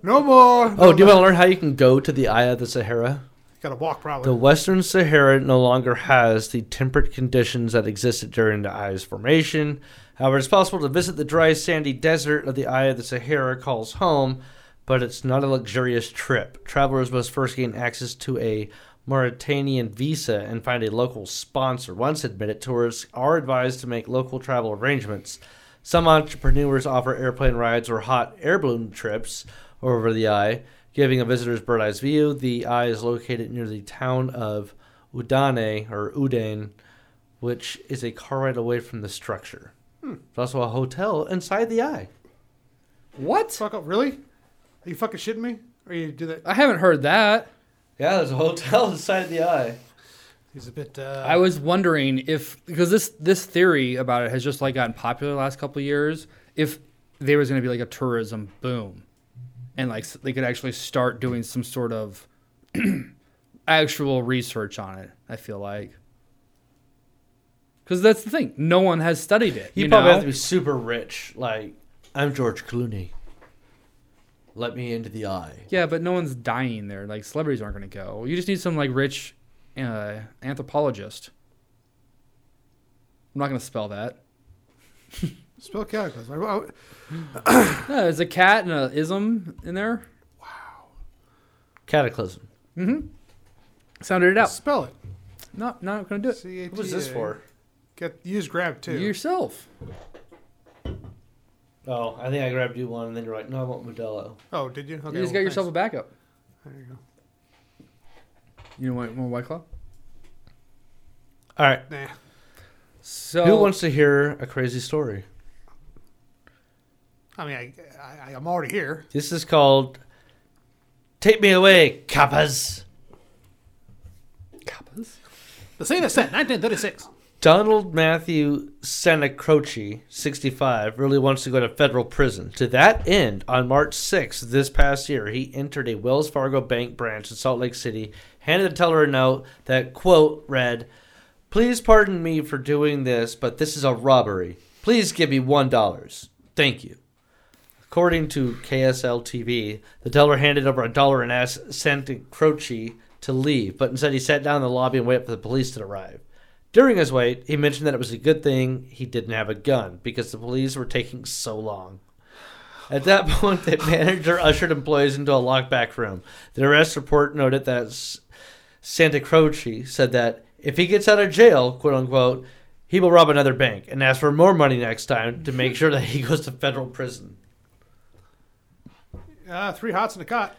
No more.
Oh,
No
do you
less.
want to learn how you can go to the Eye of the Sahara?
Gotta walk probably.
The Western Sahara no longer has the temperate conditions that existed during the Eye's formation. However, it's possible to visit the dry, sandy desert that the Eye of the Sahara calls home, but it's not a luxurious trip. Travelers must first gain access to a Mauritanian visa and find a local sponsor. Once admitted, tourists are advised to make local travel arrangements. Some entrepreneurs offer airplane rides or hot air balloon trips over the eye, giving a visitor's bird's eye view. The eye is located near the town of Udane or Udane, which is a car ride away from the structure. There's also a hotel inside the eye.
What?
Fuck up. Really? Are you fucking shitting me? Or you do that?
I haven't heard that.
Yeah, there's a hotel inside the eye.
He's a bit. Uh,
I was wondering if because this this theory about it has just like gotten popular the last couple of years. If there was going to be like a tourism boom, and like s- they could actually start doing some sort of actual research on it, I feel like because that's the thing. No one has studied it.
You,
You,
probably
know?
have to be super rich. Like, I'm George Clooney. Let me into the eye.
yeah, but no one's dying there. Like celebrities aren't going to go. You just need some like rich uh, anthropologist. I'm not going to spell that.
Spell calculus. I, I,
Yeah, there's Uh, a cat and a ism in there.
Cataclysm.
Sounded it out.
Spell it.
No, not gonna do it.
C A T A.
What was this for?
Get use grab too.
Yourself.
Oh, I think I grabbed you one, and then you're like, no, I want Modelo.
oh, did you? Okay,
you just got
well,
yourself a backup.
thanks. There you go.
You want more white claw?
All right.
Nah.
So
Who wants to hear a crazy story?
I mean, I, I, I'm already here.
This is called Take Me Away, Kappas.
Kappas?
The scene is set 1936.
Donald Matthew Senecroce, 65, really wants to go to federal prison. To that end, on March 6th this past year, he entered a Wells Fargo bank branch in Salt Lake City, handed the teller a note that, quote, read, Please pardon me for doing this, but this is a robbery. Please give me $1. Thank you. According to KSL TV, the teller handed over a dollar and asked Santa Croce to leave, but instead he sat down in the lobby and waited for the police to arrive. During his wait, he mentioned that it was a good thing he didn't have a gun because the police were taking so long. At that point, the manager ushered employees into a locked back room. The arrest report noted that S- Santa Croce said that if he gets out of jail, quote unquote, he will rob another bank and ask for more money next time to make sure that he goes to federal prison.
Ah, three hots in a cot.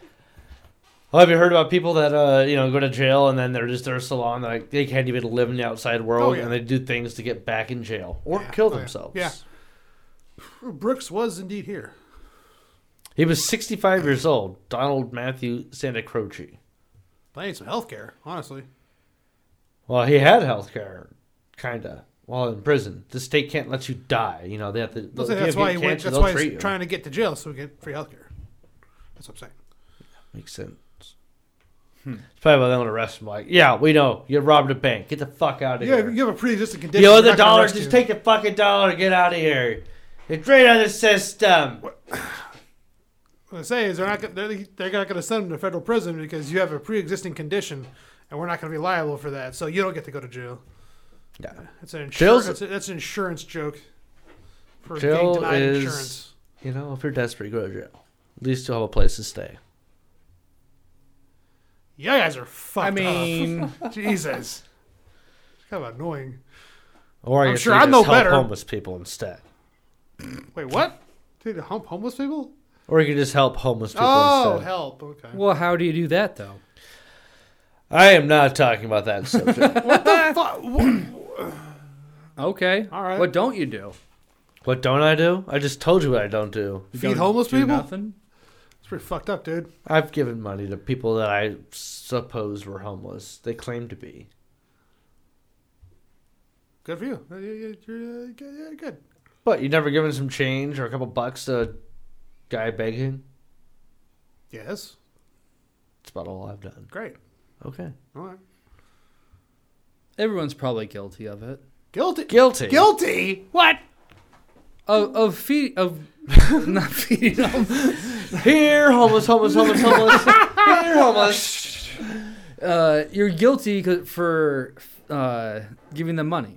Oh, have you heard about people that uh, you know go to jail and then they're just there so long that like, they can't even live in the outside world
Oh, yeah.
and they do things to get back in jail or
Yeah.
kill
Oh, yeah.
themselves?
Yeah. Brooks was indeed here.
He was 65 years old, Donald Matthew Santa Croce.
But I need some health care, honestly.
Well, he had health care, kind of, while in prison. The state can't let you die. You know, they have to.
That's,
if you
that's
have
why he went.
cancer,
That's
they'll
why
treat
he's
you.
trying to get to jail so we get free health care. That's what I'm saying.
Makes sense. It's probably why they don't arrest him. Like, yeah, we know. You robbed a bank. Get the fuck out of
You
here.
have, you have a pre-existing condition.
You owe
we're
the
not gonna
dollar.
arrest
Just
you.
take the fucking dollar. and Get out of here. You're drained of the system.
What I say is they're not gonna- they're, they're not going to send him to federal prison because you have a pre-existing condition, and we're not going to be liable for that. So you don't get to go to jail.
Yeah.
It's an insurance.
Jail's-
That's, a- that's an insurance joke. For
Jail
being denied
is-
insurance.
You know, if you're desperate, go to jail. At least you'll have a place to stay.
Yeah, guys are fucked.
I
up.
mean,
Jesus, kind of annoying.
Or I
I'm
guess
sure
you
I
just
know
help
better.
homeless people instead.
Wait, what? Dude, to hump homeless people?
Or you can just help homeless people
oh,
instead.
help! Okay.
well, how do you do that though?
I am not talking about that subject.
What the fuck?
Okay.
All right.
What don't you do?
what don't I do? I just told you what I don't do.
You
Feed
don't
homeless
do
people?
Nothing.
It's pretty fucked up, dude.
I've given money to people that I suppose were homeless. They claim to be.
Good for you. Uh, you- you- You're, uh, good- yeah, good.
But you never given some change or a couple bucks to a guy begging?
Yes.
That's about all I've done.
Great.
Okay.
All right.
Everyone's probably guilty of it.
Guilty.
Guilty.
Guilty. What?
Of of feed of not feeding. homeless-
Here, homeless, homeless, homeless, homeless. Here, homeless.
Uh, you're guilty 'cause- for uh, giving them money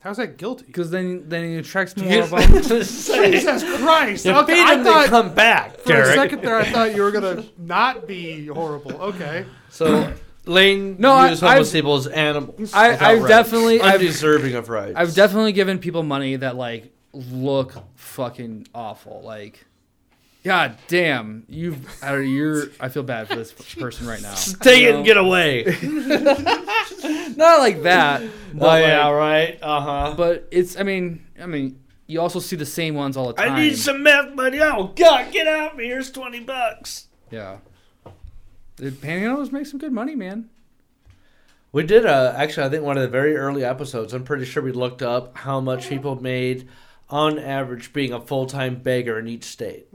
How's that guilty?
because then then it attracts more
You
of them.
Jesus Christ!
feed
Okay, I
them, they
thought
come back,
for a
Derek.
second there, I thought you were gonna not be horrible. Okay.
So, Lane
No, I-
views homeless
I've-
people as animals.
I-
without
I've
rights.
definitely- I've-
Undeserving of rights.
I've definitely given people money that like look fucking awful. Like, god damn, you've are you're. I feel bad for this person right now.
Take
You
it
know?
and get away.
not like that. But,
Oh
like-
yeah, right. Uh huh.
but it's. I mean, I mean, you also see the same ones all the time.
I need some meth money. Oh God, get out of me. Here's twenty bucks.
Yeah. The panhandlers make some good money, man.
We did uh, actually. I think one of the very early episodes. I'm pretty sure we looked up how much people made on average being a full time beggar in each state.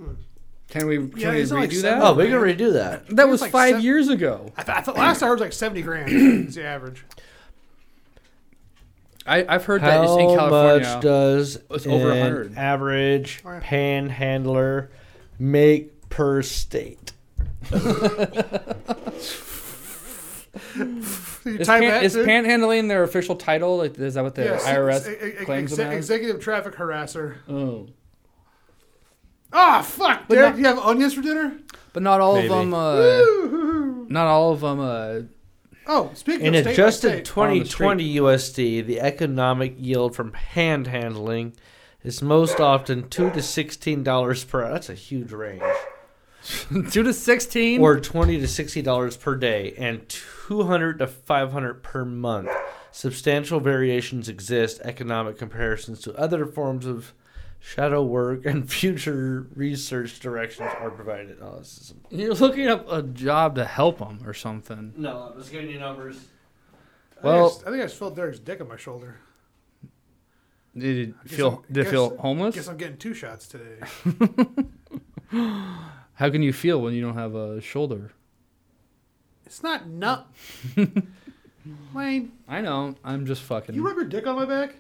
Can we? Can
Yeah,
we
it's not like
redo
seven-
that?
Oh, we can redo that.
that was
like
five
seven-
years ago.
I, th- I thought last hour was like seventy grand. is the average.
I, I've heard that
How
just in California.
much uh, does
It's over
an
100.
average
Oh, yeah.
panhandler make per state?
You
is,
type
pan-
that,
is
dude?
panhandling their official title? Like, is that what the
Yes,
IRS
ex- ex- ex-
claims
exe-
them as?
Executive traffic harasser.
Oh.
Ah, fuck,
But
Derek,
not-
you have onions for dinner?
But not all
Maybe.
of them. Uh,
Woo-hoo-hoo.
not all of them. Uh,
Oh, speaking
In
of state by
adjusted
state,
2020 USD, the economic yield from panhandling is most often two to sixteen dollars per. That's a huge range.
two to sixteen.
Or twenty to sixty dollars per day, and two hundred to five hundred per month. Substantial variations exist. Economic comparisons to other forms of shadow work and future research directions are provided. Oh, this is
you're looking up a job to help them or something.
no. I'm just giving you numbers.
I,
Well-
think I, just- I think I just felt Derek's dick on my shoulder.
Did it
Guess
feel?
I'm-
Did it
guess-
feel homeless?
Guess I'm getting two shots today.
How can you feel when you don't have a shoulder?
It's not nut. Wayne,
I know. I'm just fucking.
you rub your dick on my back?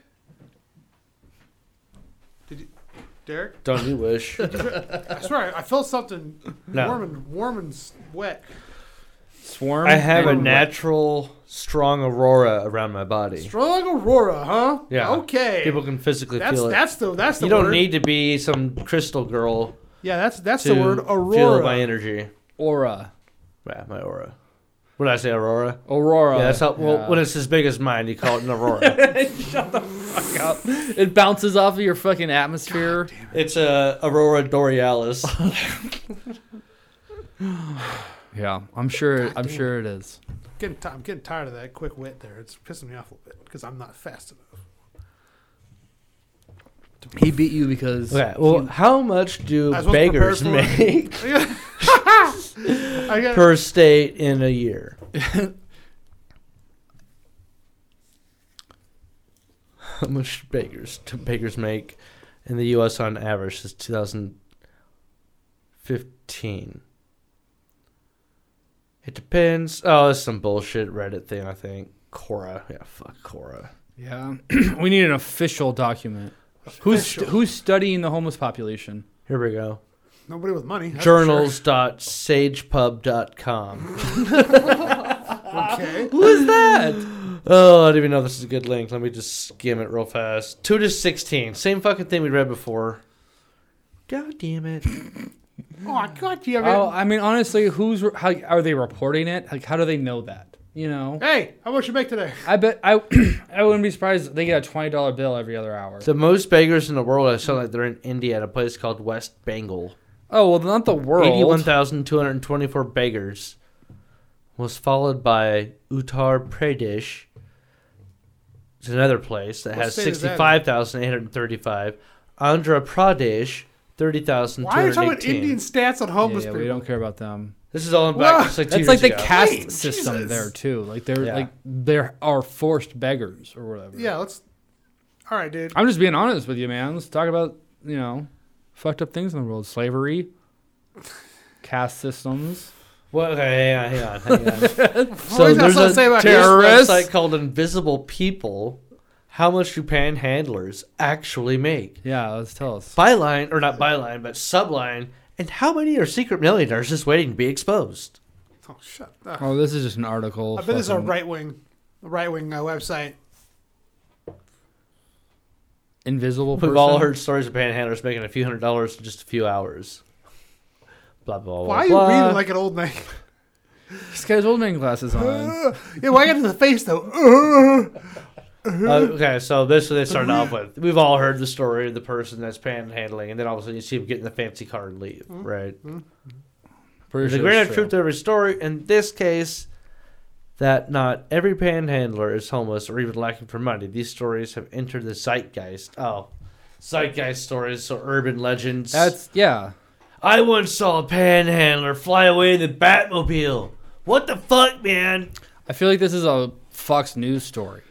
Did you, Derek?
Don't you wish?
I swear, I felt something
No.
warm and warm and s- wet.
Swarm.
I have a
and-
natural strong aurora around my body.
Strong aurora, huh?
Yeah.
Okay.
People can physically
that's
feel it.
that's the that's the
you don't
word.
need to be some crystal girl
Yeah, that's that's
to
the word
feel
aurora.
my energy.
aura.
Yeah, my aura. What did I say, aurora?
Aurora.
yeah, that's how. Well,
Yeah.
when it's as big as mine, you call it an aurora.
out. It bounces off of your fucking atmosphere.
it's a aurora borealis.
Yeah, I'm sure. I'm sure it is.
getting ti- I'm getting tired of that quick wit there. It's pissing me off a little bit because I'm not fast enough.
He beat you because
okay. Well, how much do
I was
beggars
prepared for
make
I got
per state in a year? how much beggars do beggars make in the U.S. on average since 2015? It depends. Oh, that's some bullshit Reddit thing. I think Cora. Yeah, fuck Cora.
yeah, we need an official document. Who's
Official.
who's studying the homeless population?
Here we go.
nobody with money. that's for
Journals.sagepub.com.
sure. Okay.
Who is that?
Oh, I didn't even know this is a good link. Let me just skim it real fast. 2 to 16. Same fucking thing we read before. God damn it.
Oh God, you have
oh, I mean, honestly, who's re- how are they reporting it? Like, how do they know that? You know,
Hey, how much you make today?
I bet I I wouldn't be surprised if they get a twenty dollar bill every other hour.
The most beggars in the world, I sound like they're in India at a place called West Bengal.
oh well, not the world.
81,224 beggars was followed by Uttar Pradesh. It's another place that
What
has
state is that in?
65,835. Andhra Pradesh,
Why are you talking about
30,218.
Indian stats on homeless
yeah, yeah,
people?
we don't care about them.
This is all in back.
Wow.
It's like two
That's
years
like the
ago.
caste
Wait,
system
Jesus.
there too. Like they're
Yeah.
like there are forced beggars or whatever.
Yeah, let's. All right, dude.
I'm just being honest with you, man. Let's talk about you know fucked up things in the world: slavery, caste systems.
Well, okay, hang on, hang on, hang on.
What
so
is that
there's
something
a
to say about
terrorist
terrorists?
website called Invisible People. How much do panhandlers actually make?
Yeah, let's tell us.
Byline, or not byline, but subline. And how many are secret millionaires just waiting to be exposed?
Oh, shut up.
Oh, this is just an article.
I bet this is a
fucking
right wing, right wing uh, website.
invisible.
We've
person.
all heard stories of panhandlers making a few hundred dollars in just a few hours. Blah
Oh,
blah blah.
Why are you
blah.
reading like an old man?
This guy's old man glasses on.
yeah, why get to the face though? Uh,
Uh, okay, so this is what they started off with. We've all heard the story of the person that's panhandling, and then all of a sudden you see him get in the fancy car and leave,
Mm-hmm.
right?
Pretty
There's a
sure it's
greater
true.
truth to every story. In this case, that not every panhandler is homeless or even lacking for money. These stories have entered the zeitgeist. Oh, zeitgeist stories, so urban legends.
That's yeah.
I once saw a panhandler fly away in the Batmobile. What the fuck, man?
I feel like this is a Fox News story.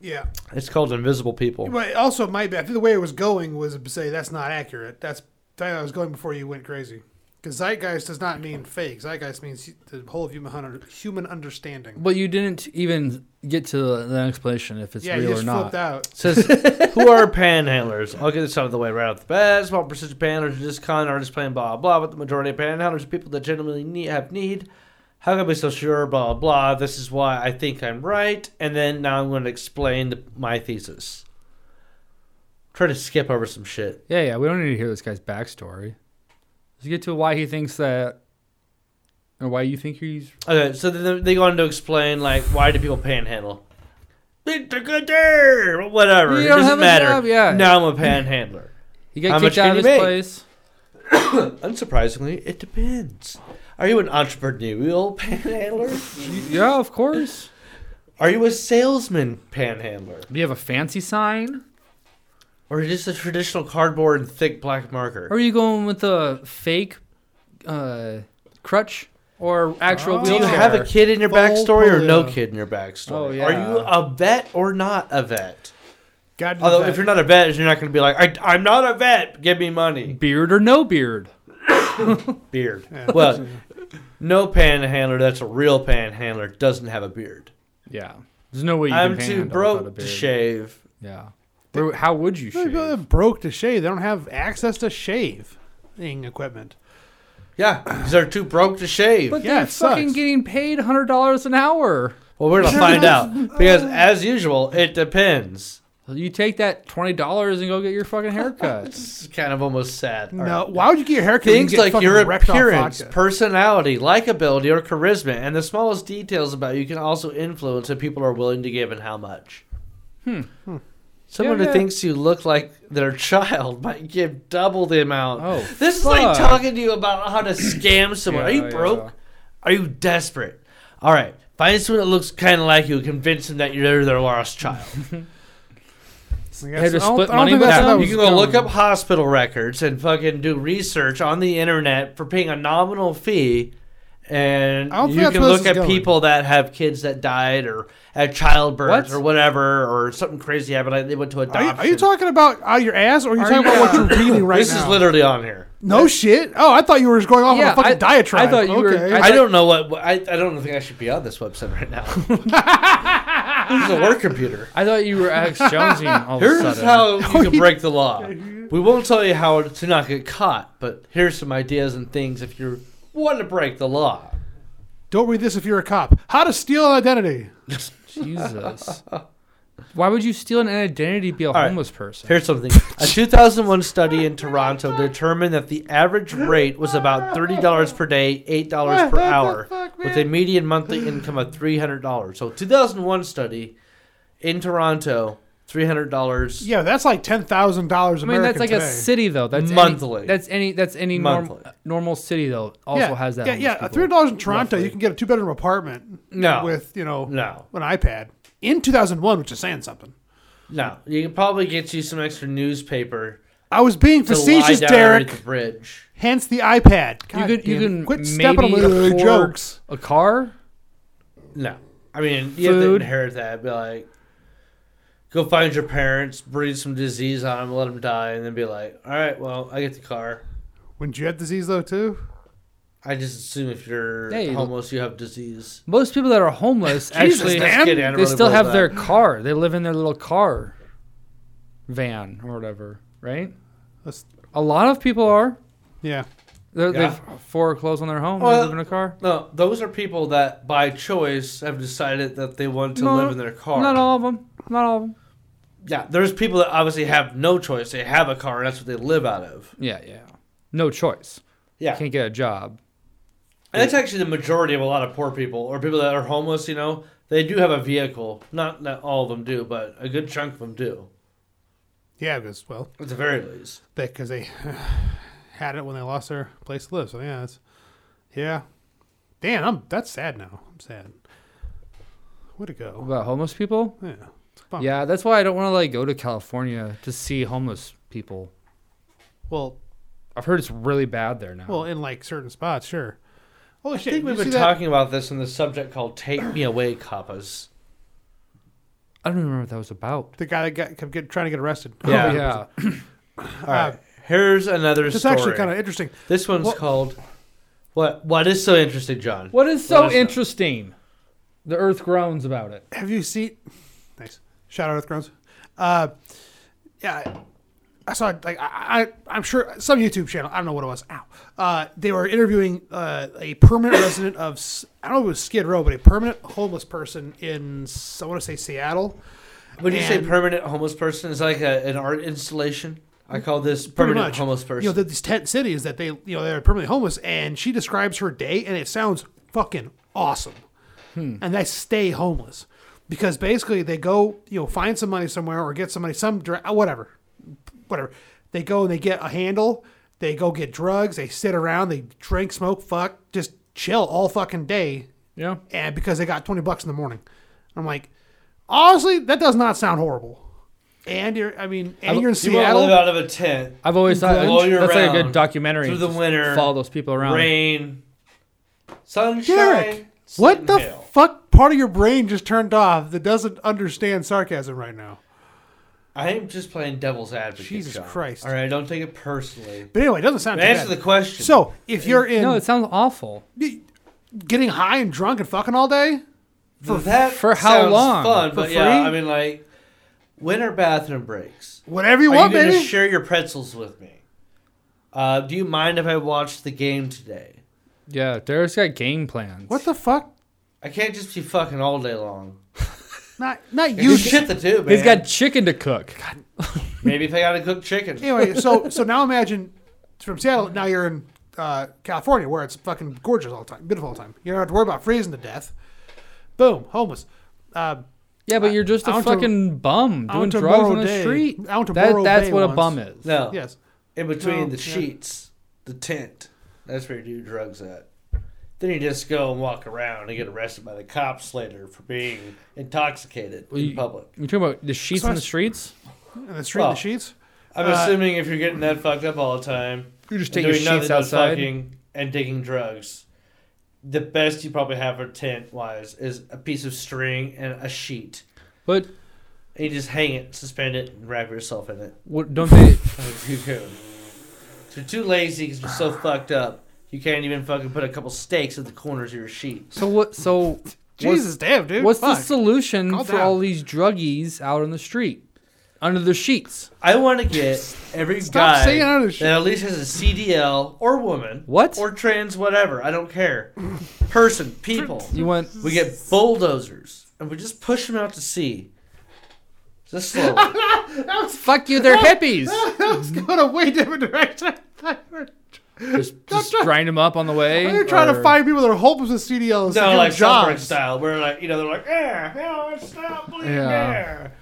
yeah,
It's called Invisible People.
but it also might be. I think the way it was going was to say that's not accurate. That's that was going before you went crazy. Because zeitgeist does not mean fake. Zeitgeist means the whole of human hun- human understanding.
But you didn't even get to the explanation if it's
yeah, you
real or
just
not.
flipped out.
says, who are panhandlers? I'll get this out of the way right off the bat. Small percentage of panhandlers are just con artists playing blah blah, but the majority of panhandlers are people that genuinely need, have need. How can I be so sure? Blah blah. This is why I think I'm right. And then now I'm going to explain the, my thesis. Try to skip over some shit.
Yeah, yeah. We don't need to hear this guy's backstory. Let's get to why he thinks that, or why you think he's.
Okay, so then they go on to explain like why do people panhandle? It's a good day. Whatever.
You
it
don't
doesn't
have a
matter.
job, yeah.
Now I'm a panhandler.
He
How
got kicked
much can
out of his
you make?
place.
Unsurprisingly, it depends. Are you an entrepreneurial panhandler?
Yeah, of course.
Are you a salesman panhandler?
Do you have a fancy sign?
Or just a traditional cardboard and thick black marker?
Or are you going with a fake uh, crutch? or actual
Do
wheelchair.
you have a kid in your
Full
backstory or no
polio.
kid in your backstory?
Oh,
Are
yeah.
you a vet or not a vet?
God,
Although, if you're not a vet, you're not going to be like, I, I'm not a vet. Give me money.
beard or no beard?
Beard.
Yeah.
Well, no panhandler that's a real panhandler doesn't have a beard.
Yeah, there's no way you
I'm
can
too
handle without a
broke to
beard.
shave.
Yeah, Where- how would you
There's
shave?
people that broke to shave. They don't have access to shaving equipment.
Yeah, 'cause they're too broke to shave.
But
Yeah,
they're
it sucks.
fucking getting paid hundred dollars an hour.
well, we're going to find out. Because, as usual, it depends.
You take that twenty dollars and go get your fucking haircut.
It's kind of almost sad. All
No, why would you get your haircut? when you
Things
get
like
fucking
your
wrecked off
appearance,
vodka?
personality, likability, or charisma, and the smallest details about you can also influence what people are willing to give and how much. Hmm. Someone
Hmm. Yeah,
who
yeah.
thinks you look like their child might give double the amount.
Oh,
this is like
fuck.
talking to you about how to scam someone.
Yeah,
are you
yeah.
broke? Are you desperate? All right, find someone that looks kind of like you. and Convince them that you're their lost child.
I
Had to
I don't-
split
I don't
money
think
with
that's
that?
how
Now,
it
you
was
can go look
done.
up hospital records and fucking do research on the internet for paying a nominal fee. And
I don't think
you
that's
can
where this is
look at
going.
people that have kids that died or at childbirth
What?
or whatever or something crazy happened. Like they went to
Are you,
adoption.
are you talking about out your ass, or are you
Are
talking
you-
about what you're reading right
this
now?
is literally on here.
no shit. Oh, I thought you were just going off on
Yeah,
a fucking
I-
diatribe.
I thought you were-
okay.
I
I don't know what I, I don't think I should be on this website right now. this is a work computer.
I thought you were Alex Jonesing all of a
Here's
sudden.
how you can break the law. We won't tell you how to not get caught, but here's some ideas and things if you want to break the law.
Don't read this if you're a cop. How to steal an identity.
Jesus. Why would you steal an identity to be a
right.
homeless person?
Here's something. A 2001 study in Toronto determined that the average rate was about $30 per day, $8 per
What the
hour,
fuck,
with
man?
a median monthly income of $300. So, 2001 study in Toronto, $300.
Yeah, that's like ten thousand dollars.
I mean, that's like a city though. That's any-
Monthly.
that's any that's any normal
Monthly.
normal city though also
yeah,
has that.
Yeah,
homeless
yeah.
people.
Three hundred dollars in Toronto,
roughly.
you can get a two bedroom apartment.
No.
with you know
No.
an iPad in two thousand one, which is saying something.
No. You can probably get you some extra newspaper
I was being
to lie
facetious,
down Derek.
Derek.
the bridge.
Hence the iPad.
You
God
could you
damn it.
can
quit
maybe
stepping on my
afford
jokes.
a car.
No. I mean, you have to
Food.
inherit that. Be like, go find your parents, breed some disease on them, let them die, and then be like, all right, well, I get the car.
Wouldn't you have disease though too?
I just assume if you're
Yeah, you-
homeless, you have disease.
Most people that are homeless actually
man.
Just kidding, I don't
they
really
still
believe
have
that.
their car. They live in their little car van or whatever, right?
That's-
A lot of people are.
yeah.
They're,
Yeah.
They've foreclosed on their home
Well,
and live in a car.
No, those are people that by choice have decided that they want to
No,
live in their car.
Not all of them. Not all of them.
Yeah, there's people that obviously have no choice. They have a car, and that's what they live out of.
Yeah, yeah. No choice.
Yeah,
Can't get a job.
and that's actually the majority of a lot of poor people or people that are homeless. You know, they do have a vehicle. Not not all of them do, but a good chunk of them do,
Yeah, because well,
at the very least.
because they had it when they lost their place to live. So yeah, that's yeah. Damn, I'm that's sad now. I'm sad. Where to go?
About homeless people?
Yeah, it's a bummer.
Yeah, that's why I don't want to like go to California to see homeless people.
Well,
I've heard it's really bad there now.
well, in like certain spots, sure. Holy
I
shit!
think
did
we've
you
been
see that?
talking about this in the subject called "Take Me Away, Coppas."
I don't even remember what that was about.
The guy that got, kept get, trying to get arrested.
Yeah.
Oh, yeah.
All right, here's another
It's
story.
Uh, actually kind of interesting.
This one's
What-
called What What is so interesting, John?
What is so
What is that?
interesting? The earth groans about it.
Have you seen? Nice shout out Earth Groans. Uh, yeah, I- I saw like I, I I'm sure some YouTube channel. I don't know what it was. Ow. Uh, they were interviewing uh, a permanent resident of S- I don't know if it was Skid Row, but a permanent homeless person in S- I want to say Seattle.
When you say
And-
permanent homeless person, is like a, an art installation. I call this
Pretty
permanent
much.
homeless person.
You know, that these tent cities that they you know they're permanently homeless, and she describes her day, and it sounds fucking awesome.
Hmm.
And they stay homeless because basically they go you know find some money somewhere or get somebody some dra- uh, whatever, whatever. They go and they get a handle. They go get drugs. They sit around. They drink, smoke, fuck, just chill all fucking day,
Yeah.
and because they got twenty bucks in the morning. I'm like, honestly, that does not sound horrible. And you're, I mean, and you're in
you want to
Seattle.
live out of a tent,
I've always thought
All year
that's like a
round,
good documentary.
through the winter,
Follow those people around.
rain, Sunshine.
Derek,
Sitting
What the
Hill.
fuck part of your brain just turned off that doesn't understand sarcasm right now?
I am just playing devil's advocate.
Jesus
John.
Christ.
All right, don't take it personally.
But anyway, it doesn't sound
But
too
answer the
bad.
question.
So, if you're in
No, it sounds awful.
getting high and drunk and fucking all day,
for that
for how
sounds
long?
Fun,
For
but yeah,
free?
I mean, like, when are bathroom breaks?
whatever you
Are
want,
you going to
baby.
share your pretzels with me? Uh, do you mind if I watch the game today?
Yeah, Derek's got game plans.
what the fuck?
I can't just be fucking all day long.
Not not
You
you.
shit the two, man.
He's got chicken to cook.
Maybe if I gotta cook chicken.
anyway, so so now imagine from Seattle. Now you're in uh, California, where it's fucking gorgeous all the time, beautiful all the time. You don't have to worry about freezing to death. Boom, homeless. Uh,
Yeah, but you're just a
I went to-
fucking bum
I
doing
went to
drugs on
Morro
the
Day.
street.
I went to
That,
Morro
that's
Bay
what a
once.
bum is.
No.
yes,
In between
No,
the
yeah.
sheets, the tent. That's where you do drugs at. Then you just go and walk around and get arrested by the cops later for being intoxicated
Well,
in
you-
public.
You're talking about the sheets
So
on the
that's-
streets?
and the street,
Well,
the sheets.
I'm
Uh,
assuming if you're getting that fucked up all the time,
You just
and doing nothing but fucking and taking drugs, the best you probably have for tent wise is a piece of string and a sheet.
But
And you just hang it, suspend it, and wrap yourself in it.
what, don't they?
Like, you could. You're too lazy because you're so fucked up. You can't even fucking put a couple stakes at the corners of your sheet.
So what? So
Jesus damn, dude.
what's, what's the
Fuck.
solution
Calm
for
down.
all these druggies out on the street, under the sheets?
I want to get every
Stop
guy
saying other
that
shit.
at least has a CDL or woman,
What?
or trans, whatever. I don't care. Person, people.
You want?
We get bulldozers and we just push them out to sea. Just slowly.
Fuck you! They're hippies.
that was
Mm-hmm.
going a way different direction. I thought you were-
just just grind them up on the way.
They're trying
or-
to find people that are hopeless with CDLs.
no,
to
like
get
South Park
jobs.
style, where like you know they're like, eh, no, stop bleeding
Yeah.
there.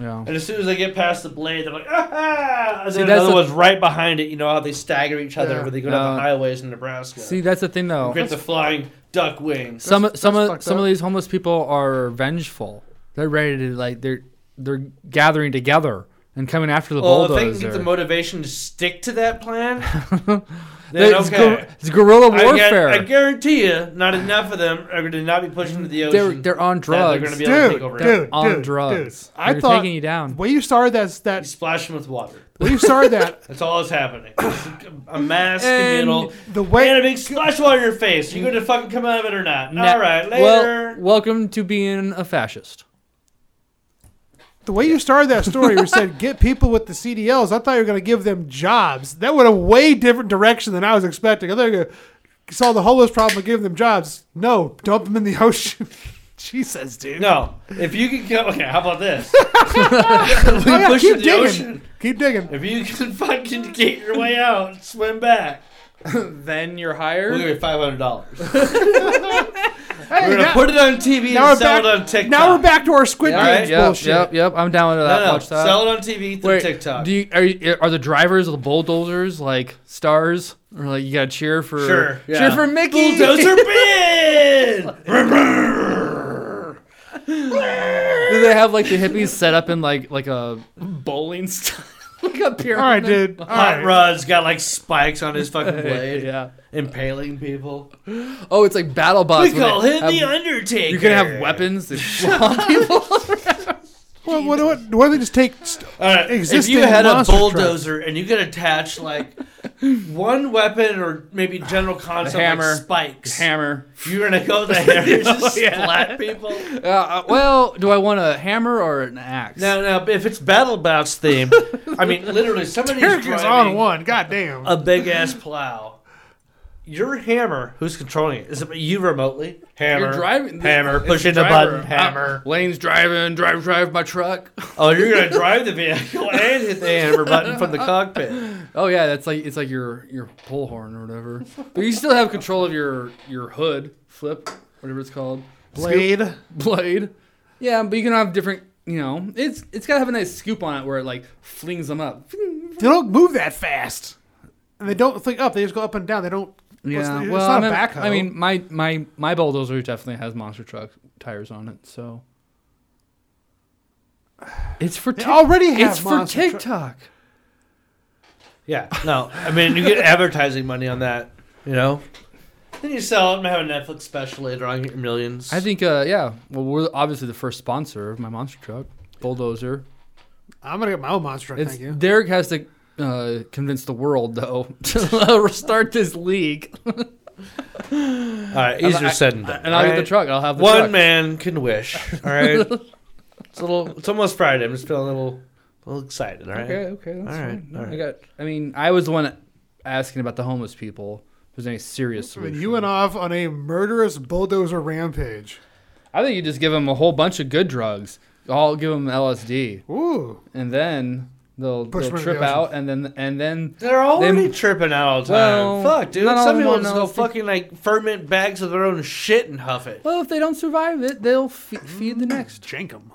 Yeah.
And as soon as they get past the blade, they're like, ah! And
See,
then
that's
another
the-
one's right behind it. You know how they stagger each other
Yeah.
when they go
Uh,
down the highways in Nebraska.
See, that's the thing though.
you get the flying duck wings.
some
That's-
some
that's
of
fucked
some of
up.
these homeless people are vengeful. They're ready to like they're they're gathering together and coming after the
Well, if they can
bulldozer.
get the motivation to stick to that plan, then
it's,
okay.
gu- it's guerrilla
I, gu-
warfare.
I guarantee you, not enough of them are going to not be pushed into the
they're
ocean.
they're on
that
drugs.
They're going to be able to
Dude,
take over.
dude,
on
dude,
drugs.
dude. I
They're
thought
taking you down.
when you started that,
You
that
splash them with water.
when you started that,
That's all that's happening. It's a mass
And-
communal.
the
And a
way
big splash of water in your face. You going to fucking come out of it or not?
Na-
all right, later.
Well, welcome to being a fascist.
the way you started that story, you said get people with the CDLs. I thought you were going to give them jobs. That went a way different direction than I was expecting. I thought you were going to solve the homeless problem and give them jobs. No, dump them in the ocean. Jesus, dude.
No, if you can kill, okay, how about this?
Oh, yeah,
push
keep
the
digging.
ocean.
Keep digging.
If you can fucking get your way out, and swim back.
Then you're
We're
hired.
gonna five hundred dollars.
Hey,
We're gonna
now,
put it on TV
now
and
we're
sell
back.
it on TikTok.
Now we're back to our Squid
Yeah, all right.
Games
Yep,
bullshit.
yep, yep. I'm down with that.
No, no,
Watch that.
Oh, sell it on TV through
Wait,
TikTok.
Do you are, you are the drivers of the bulldozers like stars or like you gotta cheer for
Sure, yeah.
cheer for Mickey?
Bulldozer bin.
Do they have like the hippies set up in like like a bowling style, like a pyramid?
All right, dude. All
Hot
right.
Rod's got like spikes on his fucking blade,
Yeah.
impaling people.
Oh, it's like battle bots.
We
when
call
they
him
have-
the Undertaker.
You can have weapons. that flop people.
What, what, what, why don't they just take? St-
All right, if
existing
you had a
monster truck.
bulldozer and you could attach like one weapon or maybe general concept
hammer.
like spikes,
hammer.
you're gonna go there and just splat people.
Uh, uh, well, do I want a hammer or an axe?
Now, now, if it's battle bouts theme, I mean, literally somebody's
Eric is
driving
on one. Goddamn.
a big ass plow. Your hammer, who's controlling it? Is it you remotely? Hammer,
You're driving-
hammer,
it's
pushing the
driver.
button, hammer.
Uh, Lane's driving, drive, drive my truck.
Oh, you're gonna drive the vehicle and hit the hammer button from the cockpit.
Oh yeah, that's like it's like your your pole horn or whatever. But you still have control of your your hood flip, whatever it's called,
Blade.
blade. Yeah, but you can have different. You know, it's it's gotta have a nice scoop on it where it like flings them up.
They don't move that fast, and they don't think up. They just go up and down. They don't. it's,
Yeah,
it's
well,
not
I mean,
a backhoe.
I mean, my my my bulldozer definitely has monster truck tires on it, so it's for
they
tic-
already have.
it's for
monster truck-
TikTok.
Yeah, no, I mean, you get advertising money on that, you know. Then you sell it and have a Netflix special later on, get your millions.
I think, uh, yeah. Well, we're obviously the first sponsor of my monster truck, bulldozer.
I'm gonna get my own monster.
It's,
thank you.
Derek has to uh, convince the world though to start this league,
All right, easier
I-
said than done.
and I'll get
all
the
right?
truck. I'll have the
One
truck.
man can wish. All right. it's a little. It's almost Friday. I'm just feeling a little, a little excited. All right.
Okay, okay, that's
All right,
fine. No,
all
I
right.
got. I mean, I was the one asking about the homeless people. If there's any serious
I mean,
solution,
you went off on a murderous bulldozer rampage.
I think you just give them a whole bunch of good drugs. I'll give them LSD,
Ooh,
and then they'll,
Push
they'll
'em in the
trip
ocean.
out, and then and then
They're already
Them-
tripping out all the time.
Well,
Fuck, dude.
not all
Some people
one
just go
else-
fucking like ferment bags of their own shit and huff it.
well, if they don't survive it, they'll fe-
Mm-hmm.
feed the next
Jankum.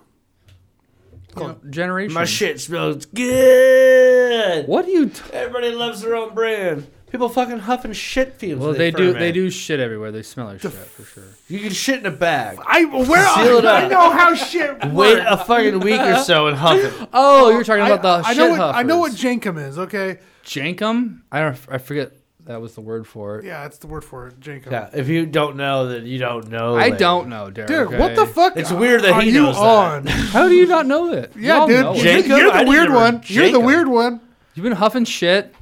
you know, generation.
My shit smells good.
What do you? T-
Everybody loves their own brand. People fucking huffing shit fumes.
well,
when
they do.
ferment.
They do shit everywhere. They smell like shit for sure.
You can shit in a bag.
I where
Seal it
I
up.
know how shit.
Wait a fucking week or so and huff it.
Oh, you're talking about the
I, I
shit
know what I know what
huffers.
jankum is. Okay,
jankum. I don't. I forget that was the word for it.
yeah, that's the word for it. Jankum.
Yeah, if you don't know, then you don't know.
I
like-
don't know, Derek.
Dude, what the
okay?
fuck?
It's weird that
are
he
you
knows that.
on?
How do you not know it?
Yeah,
Y'all
dude,
know it.
you're,
Jankum?
you're the
I didn't
weird
remember
one. You're the
Jankum.
weird one.
You've been huffing shit.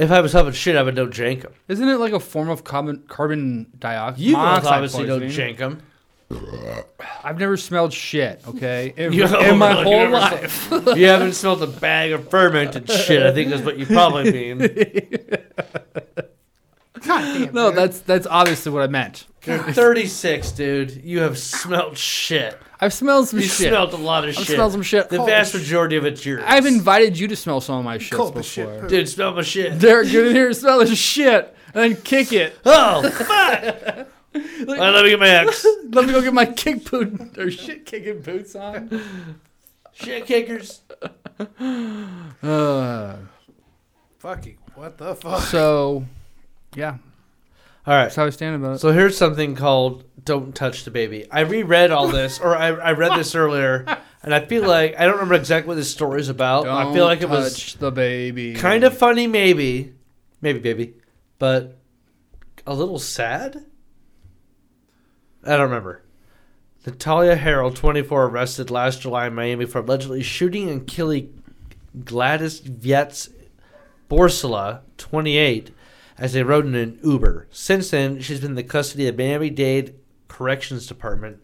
If I was huffing shit, I would know Jankum.
Isn't it like a form of carbon carbon dioxide?
You both
monoxide
obviously know
poisoning?
Jankum.
I've never smelled shit. Okay, in,
You
in
know,
my
like,
whole
you never-
life.
You haven't smelled a bag of fermented shit. I think that's what you probably mean.
God damn.
No,
dude.
that's that's obviously what I meant.
You're 36, dude. You have smelled shit.
I've smelled some
You
shit.
smelled a lot of
I've
shit.
smelled some shit.
The
Call
vast
the sh-
majority of it's yours.
I've invited you to smell some of my shits
Call the
before.
shit poop.
Dude, smell my shit.
Derek, get in here and smell his shit, and then kick it.
Oh, fuck! All right, let me get my axe.
Let me go get my kick boot or shit kicking boots on.
Shit kickers.
Uh,
fucking what the fuck.
so, yeah,
All right.
that's how I stand about it.
So here's something called "Don't Touch the Baby." I reread all this, or I, I read this earlier, and I feel like I don't remember exactly what this story is about. but I feel like it
touch
was
the baby.
kind of funny, maybe, maybe baby, but a little sad. I don't remember. Natalia Harrell, 24, arrested last July in Miami for allegedly shooting and killing Gladys Vietz Borsala, 28, as they rode in an Uber. Since then, she's been in the custody of the Miami Dade Corrections Department,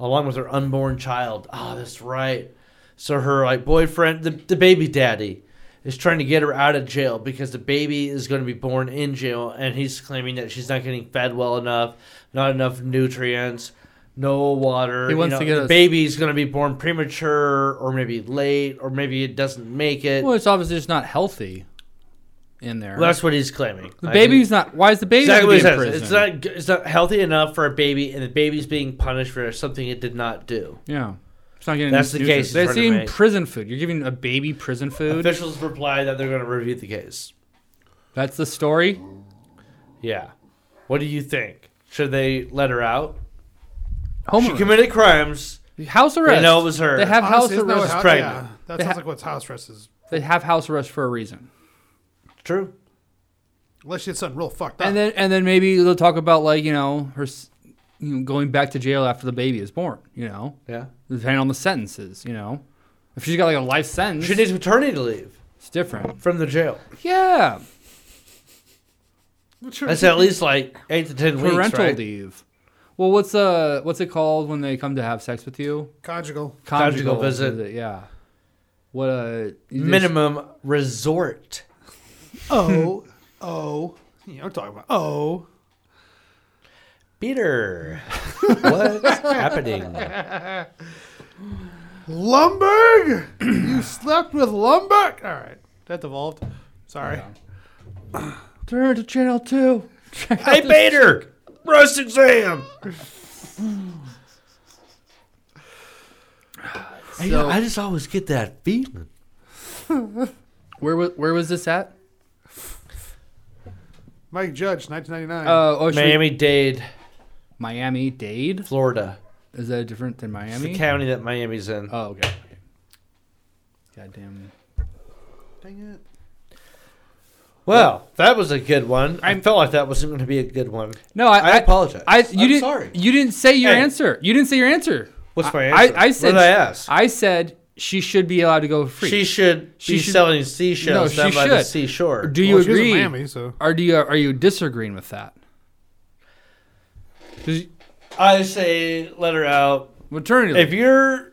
along with her unborn child. Ah, that's right. So her like boyfriend, the, the baby daddy, is trying to get her out of jail because the baby is going to be born in jail, and he's claiming that she's not getting fed well enough, not enough nutrients, no water.
He wants to get
the
us-
baby's going to be born premature, or maybe late, or maybe it doesn't make it.
Well, it's obviously just not healthy in there.
Well, that's what he's claiming.
the
I
baby's not. Why is the baby
mean, exactly what
in
he says.
prison?
It's not g- it's not healthy enough for a baby, and the baby's being punished for something it did not do.
yeah, it's not getting.
That's the
nutrients.
case he's
They're
trying to
eating
make.
prison food. You're giving a baby prison food.
Officials replied that they're going to review the case.
That's the story.
Yeah. What do you think? Should they let her out?
Home
She
arrest.
committed crimes.
house arrest.
They know it was her.
They have
Honestly,
house
isn't that
arrest.
what hou-
pregnant.
yeah, that
They
sounds
ha-
like what house arrest is.
they have house arrest for a reason.
True.
Unless she did something real fucked up.
And then and then maybe they'll talk about like you know her, s- you know, going back to jail after the baby is born. You know,
Yeah.
depending on the sentences. You know, if she's got like a life sentence,
She needs maternity leave
it's different.
from the jail.
Yeah,
That's at least like eight to ten weeks,
parental
right?
leave. Well, what's uh what's it called when they come to have sex with you?
Conjugal.
Conjugal visit.
Yeah. What uh, a
Minimum resort.
Oh, oh. You know what I'm talking about. Oh.
Peter, what's happening?
Lumberg! you slept with Lumberg! All right. That devolved. Sorry.
Turn to channel two.
Hey, Bader! Roast exam!
So-
I just always get that feeling.
Where was where was this at?
Mike Judge, 1999.
Uh, oh, should we-
Miami Dade,
Miami Dade.
Florida.
Is that different than
It's
Miami?
the county that Miami's in.
oh, okay. Goddamn.
Dang it.
Well, that was a good one. I felt like that wasn't going to be a good one.
No, I,
I apologize.
I, you
I'm
didn't.
sorry.
You didn't say your
Hey.
answer. You didn't say your answer.
What's my
I,
answer?
I
What
said.
did I ask?
I said she should be allowed to go free.
she should
She
be
should-
selling seashells
No,
down
she
by the
should.
seashore.
do you
Well, she was in
agree?
Miami, so.
Or do you are you disagreeing with that? 'Cause you-
I say let her out.
Maternity.
If you're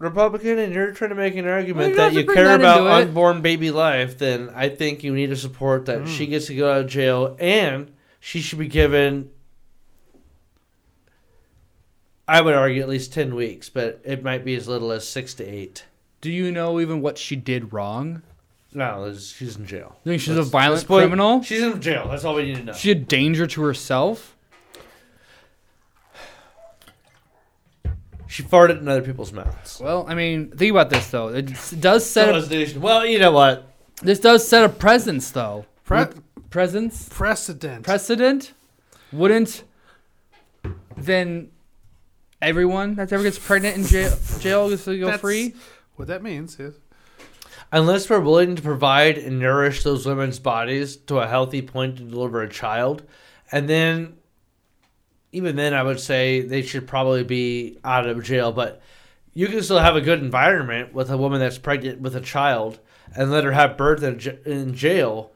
Republican and you're trying to make an
Well,
argument
you don't have
that
to
you
bring
care
that
about
into it.
unborn baby life, then I think you need to support
Hmm.
that she gets to go out of jail and she should be given. I would argue at least ten weeks, but it might be as little as six to eight.
do you know even what she did wrong?
No, it's- she's in jail.
You think she's
Let's-
a violent
let's put-
criminal?
She's in jail. That's all we need to know.
She a danger to herself.
She farted in other people's mouths.
Well, I mean, think about this though. It s- does set a,
Well, well, you know what?
this does set a presence though.
Pre-
With- presence
precedent.
precedent. Wouldn't then everyone that ever gets pregnant in jail jail gets to go
That's
free?
What that means is
Unless we're willing to provide and nourish those women's bodies to a healthy point to deliver a child, and then even then, I would say they should probably be out of jail. But you can still have a good environment with a woman that's pregnant with a child and let her have birth in, j- in jail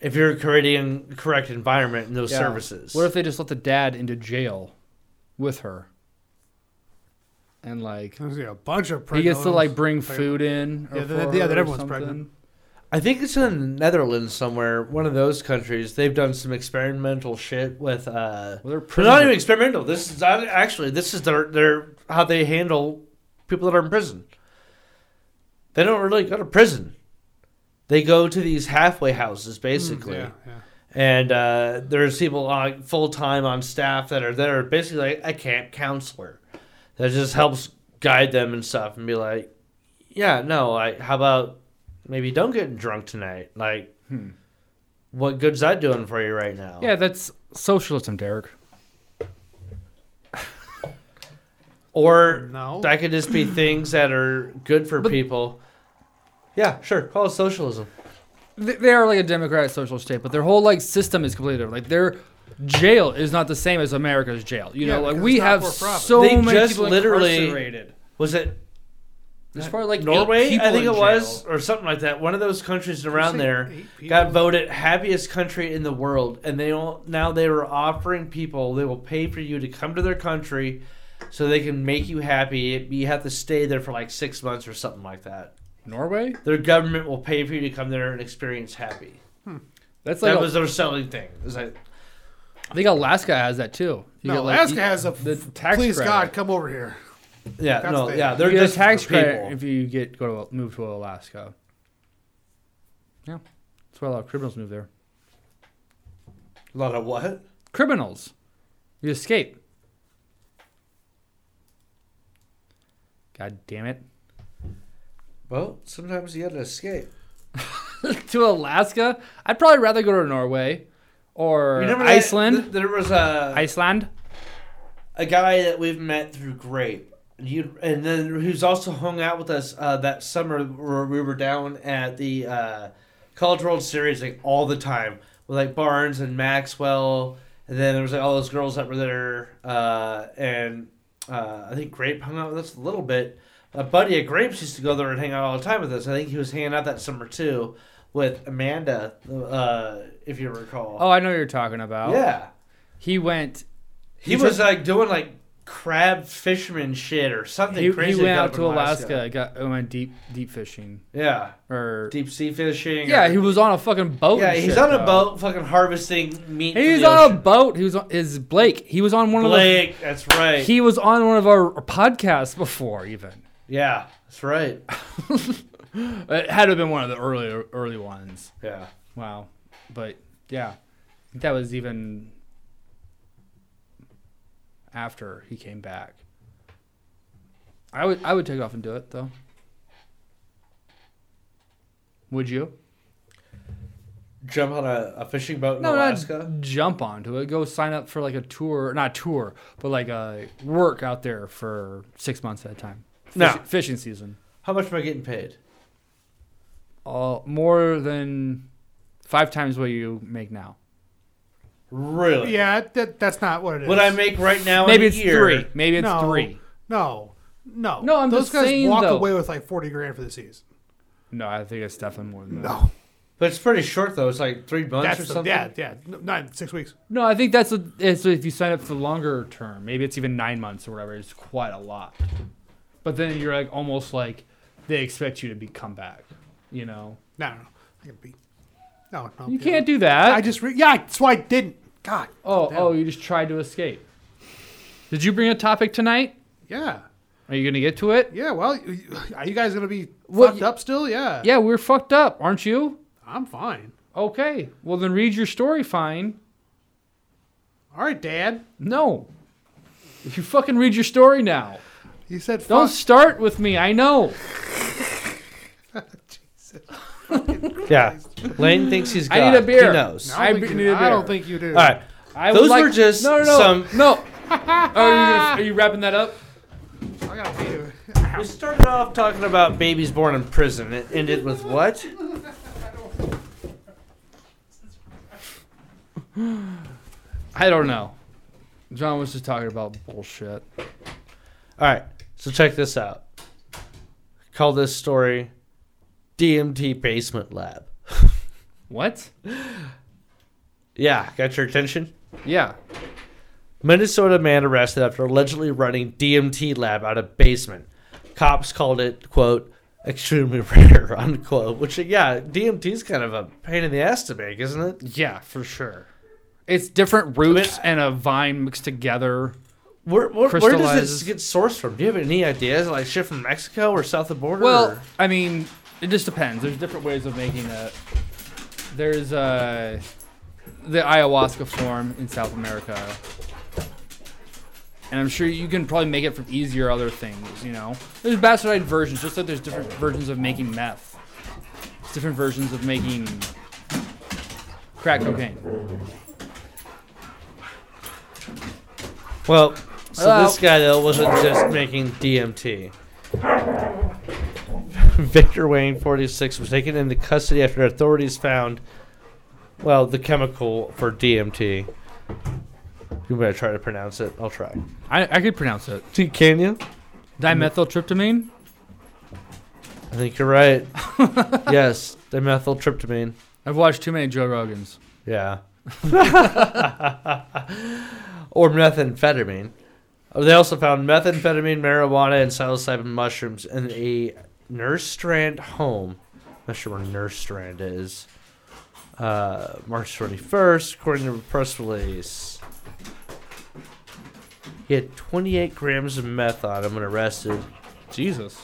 if you're creating the correct environment and those
Yeah.
services.
What if they just let the dad into jail with her? And like
there's yeah, a bunch of
he
pregnant
gets to like
women.
bring food in. Or
Yeah,
for
then- yeah,
her
then
or
everyone's
something.
pregnant.
I think it's in the Netherlands somewhere, one of those countries. They've done some experimental shit with. Uh,
Well, they're
but not
prison-
even experimental. This is not- actually this is their their how they handle people that are in prison. They don't really go to prison. They go to these halfway houses
Mm,
basically,
Yeah, Mm, yeah.
and uh, there's people on full time on staff that are there, basically like a camp counselor that just helps guide them and stuff, and be like, yeah, no, like how about maybe don't get drunk tonight, like. What good's that doing for you right now?
Yeah, that's socialism, Derek.
Or
No.
that could just be things that are good for people. Yeah, sure. Call it socialism.
Th- They are like a democratic social state, but their whole like system is completely different. Like their jail is not the same as America's jail. You
Yeah,
know, like
because
we
it's not
have
for profit.
so
They
many
just
people
literally-
incarcerated.
Was it
There's probably like eight
Norway?
people
I think
in
it was,
jail.
or something like that. One of those countries around
Say
there
eight people.
got voted happiest country in the world, and they all, now they were offering people they will pay for you to come to their country, so they can make you happy. but You have to stay there for like six months or something like that.
Norway?
Their government will pay for you to come there and experience happy.
That's like
That
a-
was their selling thing. It was like,
I think Alaska has that too. You
No,
get, like,
Alaska
you-
has a
the
f-
tax
please
credit.
God come over here.
yeah,
That's
no,
the-
yeah,
You
they're
get a
just
tax
tax
credit
people.
if you get go to move to Alaska. Yeah, that's why a lot of criminals move there.
A lot of what?
Criminals, you escape. God damn it!
Well, sometimes you gotta escape.
to Alaska, I'd probably rather go to Norway or
that-
Iceland.
th- there was a
Iceland.
a guy that we've met through Grape, and, you, and then who's also hung out with us uh, that summer where we were down at the uh, College World Series like all the time with like Barnes and Maxwell, and then there was like all those girls that were there, uh, and uh, I think Grape hung out with us a little bit. A buddy at Grapes used to go there and hang out all the time with us. I think he was hanging out that summer too with Amanda, uh, if you recall.
Oh, I know what you're talking about.
Yeah.
He went.
He,
He
was
took-
like doing like crab fisherman shit or something
He, he
crazy.
went
that
out
got
to
up in
Alaska. Got oh, went deep deep fishing
Yeah.
or
Deep sea fishing.
yeah.
or-
He was on a fucking boat.
yeah,
and
he's
shit,
on a
though.
boat fucking harvesting meat.
He
from
was
the
on a
ocean.
boat. He was on, is Blake. He was on one
Blake, that's
of the
right.
he was on one of our podcasts before even.
yeah, that's right.
It had to have been one of the earlier early ones.
Yeah.
Wow. But yeah. I think That was even after he came back. I would I would take off and do it though. Would you?
Jump on a, a fishing boat in
No,
Alaska.
not jump onto it. Go sign up for like a tour, not tour, but like a work out there for six months at a time.
No.
Fish- fishing season.
How much am I getting paid?
uh, more than five times what you make now.
Really?
Yeah, that, that's not what it is.
What I make right now
Maybe
in
it's
a year,
three. Maybe it's
no,
three.
No, no,
No, I'm
Those
just
guys
saying,
walk
though.
away with like forty grand for the season.
No, I think it's definitely more than that.
No,
but it's pretty short though. It's like three months or
that's the,
something.
yeah, yeah, n- nine, six weeks.
No, I think that's a, it's if you sign up for the longer term. Maybe it's even nine months or whatever. It's quite a lot. But then you're like almost like they expect you to be come back. You know,
No, no, no. I can be. No, no.
you
yeah.
can't do that.
I just re- yeah, that's why I didn't. God.
oh
damn.
oh, you just tried to escape. Did you bring a topic tonight?
Yeah,
Are you gonna get to it?
yeah. Well, you- are you guys gonna be
Well,
fucked
you-
up still? Yeah.
Yeah, we're fucked up, aren't you?
I'm fine.
Okay. Well, then read your story. Fine.
All right, Dad.
No. If you fucking read your story now.
You said
Don't
fuck.
start with me. I know.
Yeah. Lane thinks he's
I
got.
need a beer.
He knows.
No,
All
I,
I
don't
b-
think
need
you,
a
I don't
beer.
think you do.
right.
I
Those
would like-
were just
no, no, no,
some-
No. Oh, are, you gonna, are you wrapping that up?
I gotta pee.
We started off talking about babies born in prison. It ended with what?
I don't know. John was just talking about bullshit.
right. So check this out. Call this story DMT Basement Lab.
What?
Yeah, got your attention?
Yeah.
Minnesota man arrested after allegedly running DMT lab out of basement. Cops called it, quote, extremely rare, unquote. Which, yeah, DMT's kind of a pain in the ass to make, isn't it?
Yeah, for sure. It's different roots and a vine mixed together.
Where, where, where does
Crystallizes.
this get sourced from? Do you have any ideas? Like shit from Mexico or south of the border?
Well,
or-
I mean, it just depends. There's different ways of making it. There's uh, the ayahuasca form in South America, and I'm sure you can probably make it from easier other things. You know, there's bastardized versions, just like there's different versions of making meth. There's different versions of making crack cocaine.
Well, so
Hello?
this guy though wasn't just making DMT. Victor Wayne, 46, was taken into custody after authorities found, well, the chemical for DMT. You better try to pronounce it. I'll try.
I, I could pronounce it.
See, Can you?
Dimethyltryptamine.
I think you're right. yes, dimethyltryptamine.
I've watched too many Joe Rogans.
Yeah. or methamphetamine. Uh, They also found methamphetamine, marijuana, and psilocybin mushrooms in a nurse strand home. I'm not sure where nurse strand is. Uh, March 21st, according to a press release. He had 28 grams of meth on him when arrested.
Jesus.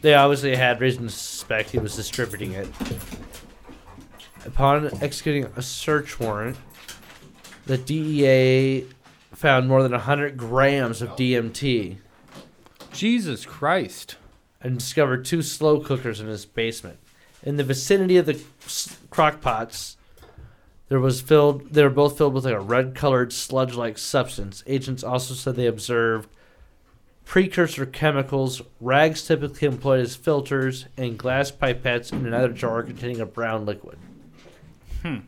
They obviously had reason to suspect he was distributing it. Upon executing a search warrant, the DEA found more than 100 grams of DMT
Jesus Christ.
and discovered two slow cookers in his basement. In the vicinity of the s- crock pots, there was filled. They were both filled with like a red-colored sludge-like substance. Agents also said they observed precursor chemicals, rags typically employed as filters, and glass pipettes in another jar containing a brown liquid.
Hmm.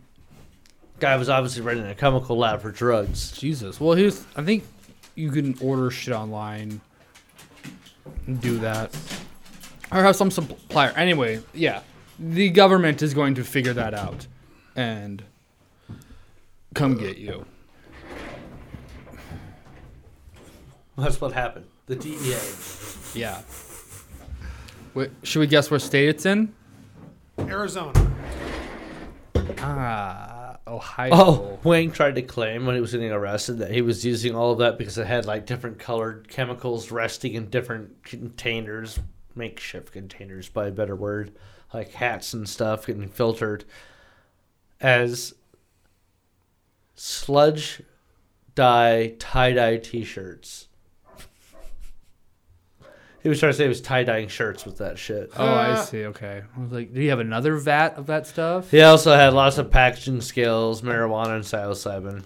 Guy was obviously running a chemical lab for drugs.
Jesus. Well, here's. I think you can order shit online. And do that, or have some supplier. Anyway, yeah, the government is going to figure that out, and come get you.
That's what happened. The E DEA.
Yeah. Wait, should we guess what state it's in?
Arizona.
Ah, Ohio.
Oh, Wang tried to claim when he was getting arrested that he was using all of that because it had like different colored chemicals resting in different containers, makeshift containers by a better word, like hats and stuff getting filtered as sludge dye tie dye t shirts. He was trying to say he was tie dyeing shirts with that shit.
Oh, I see. Okay. I was like, do you have another vat of that stuff?
He also had lots of packaging skills, marijuana, and psilocybin.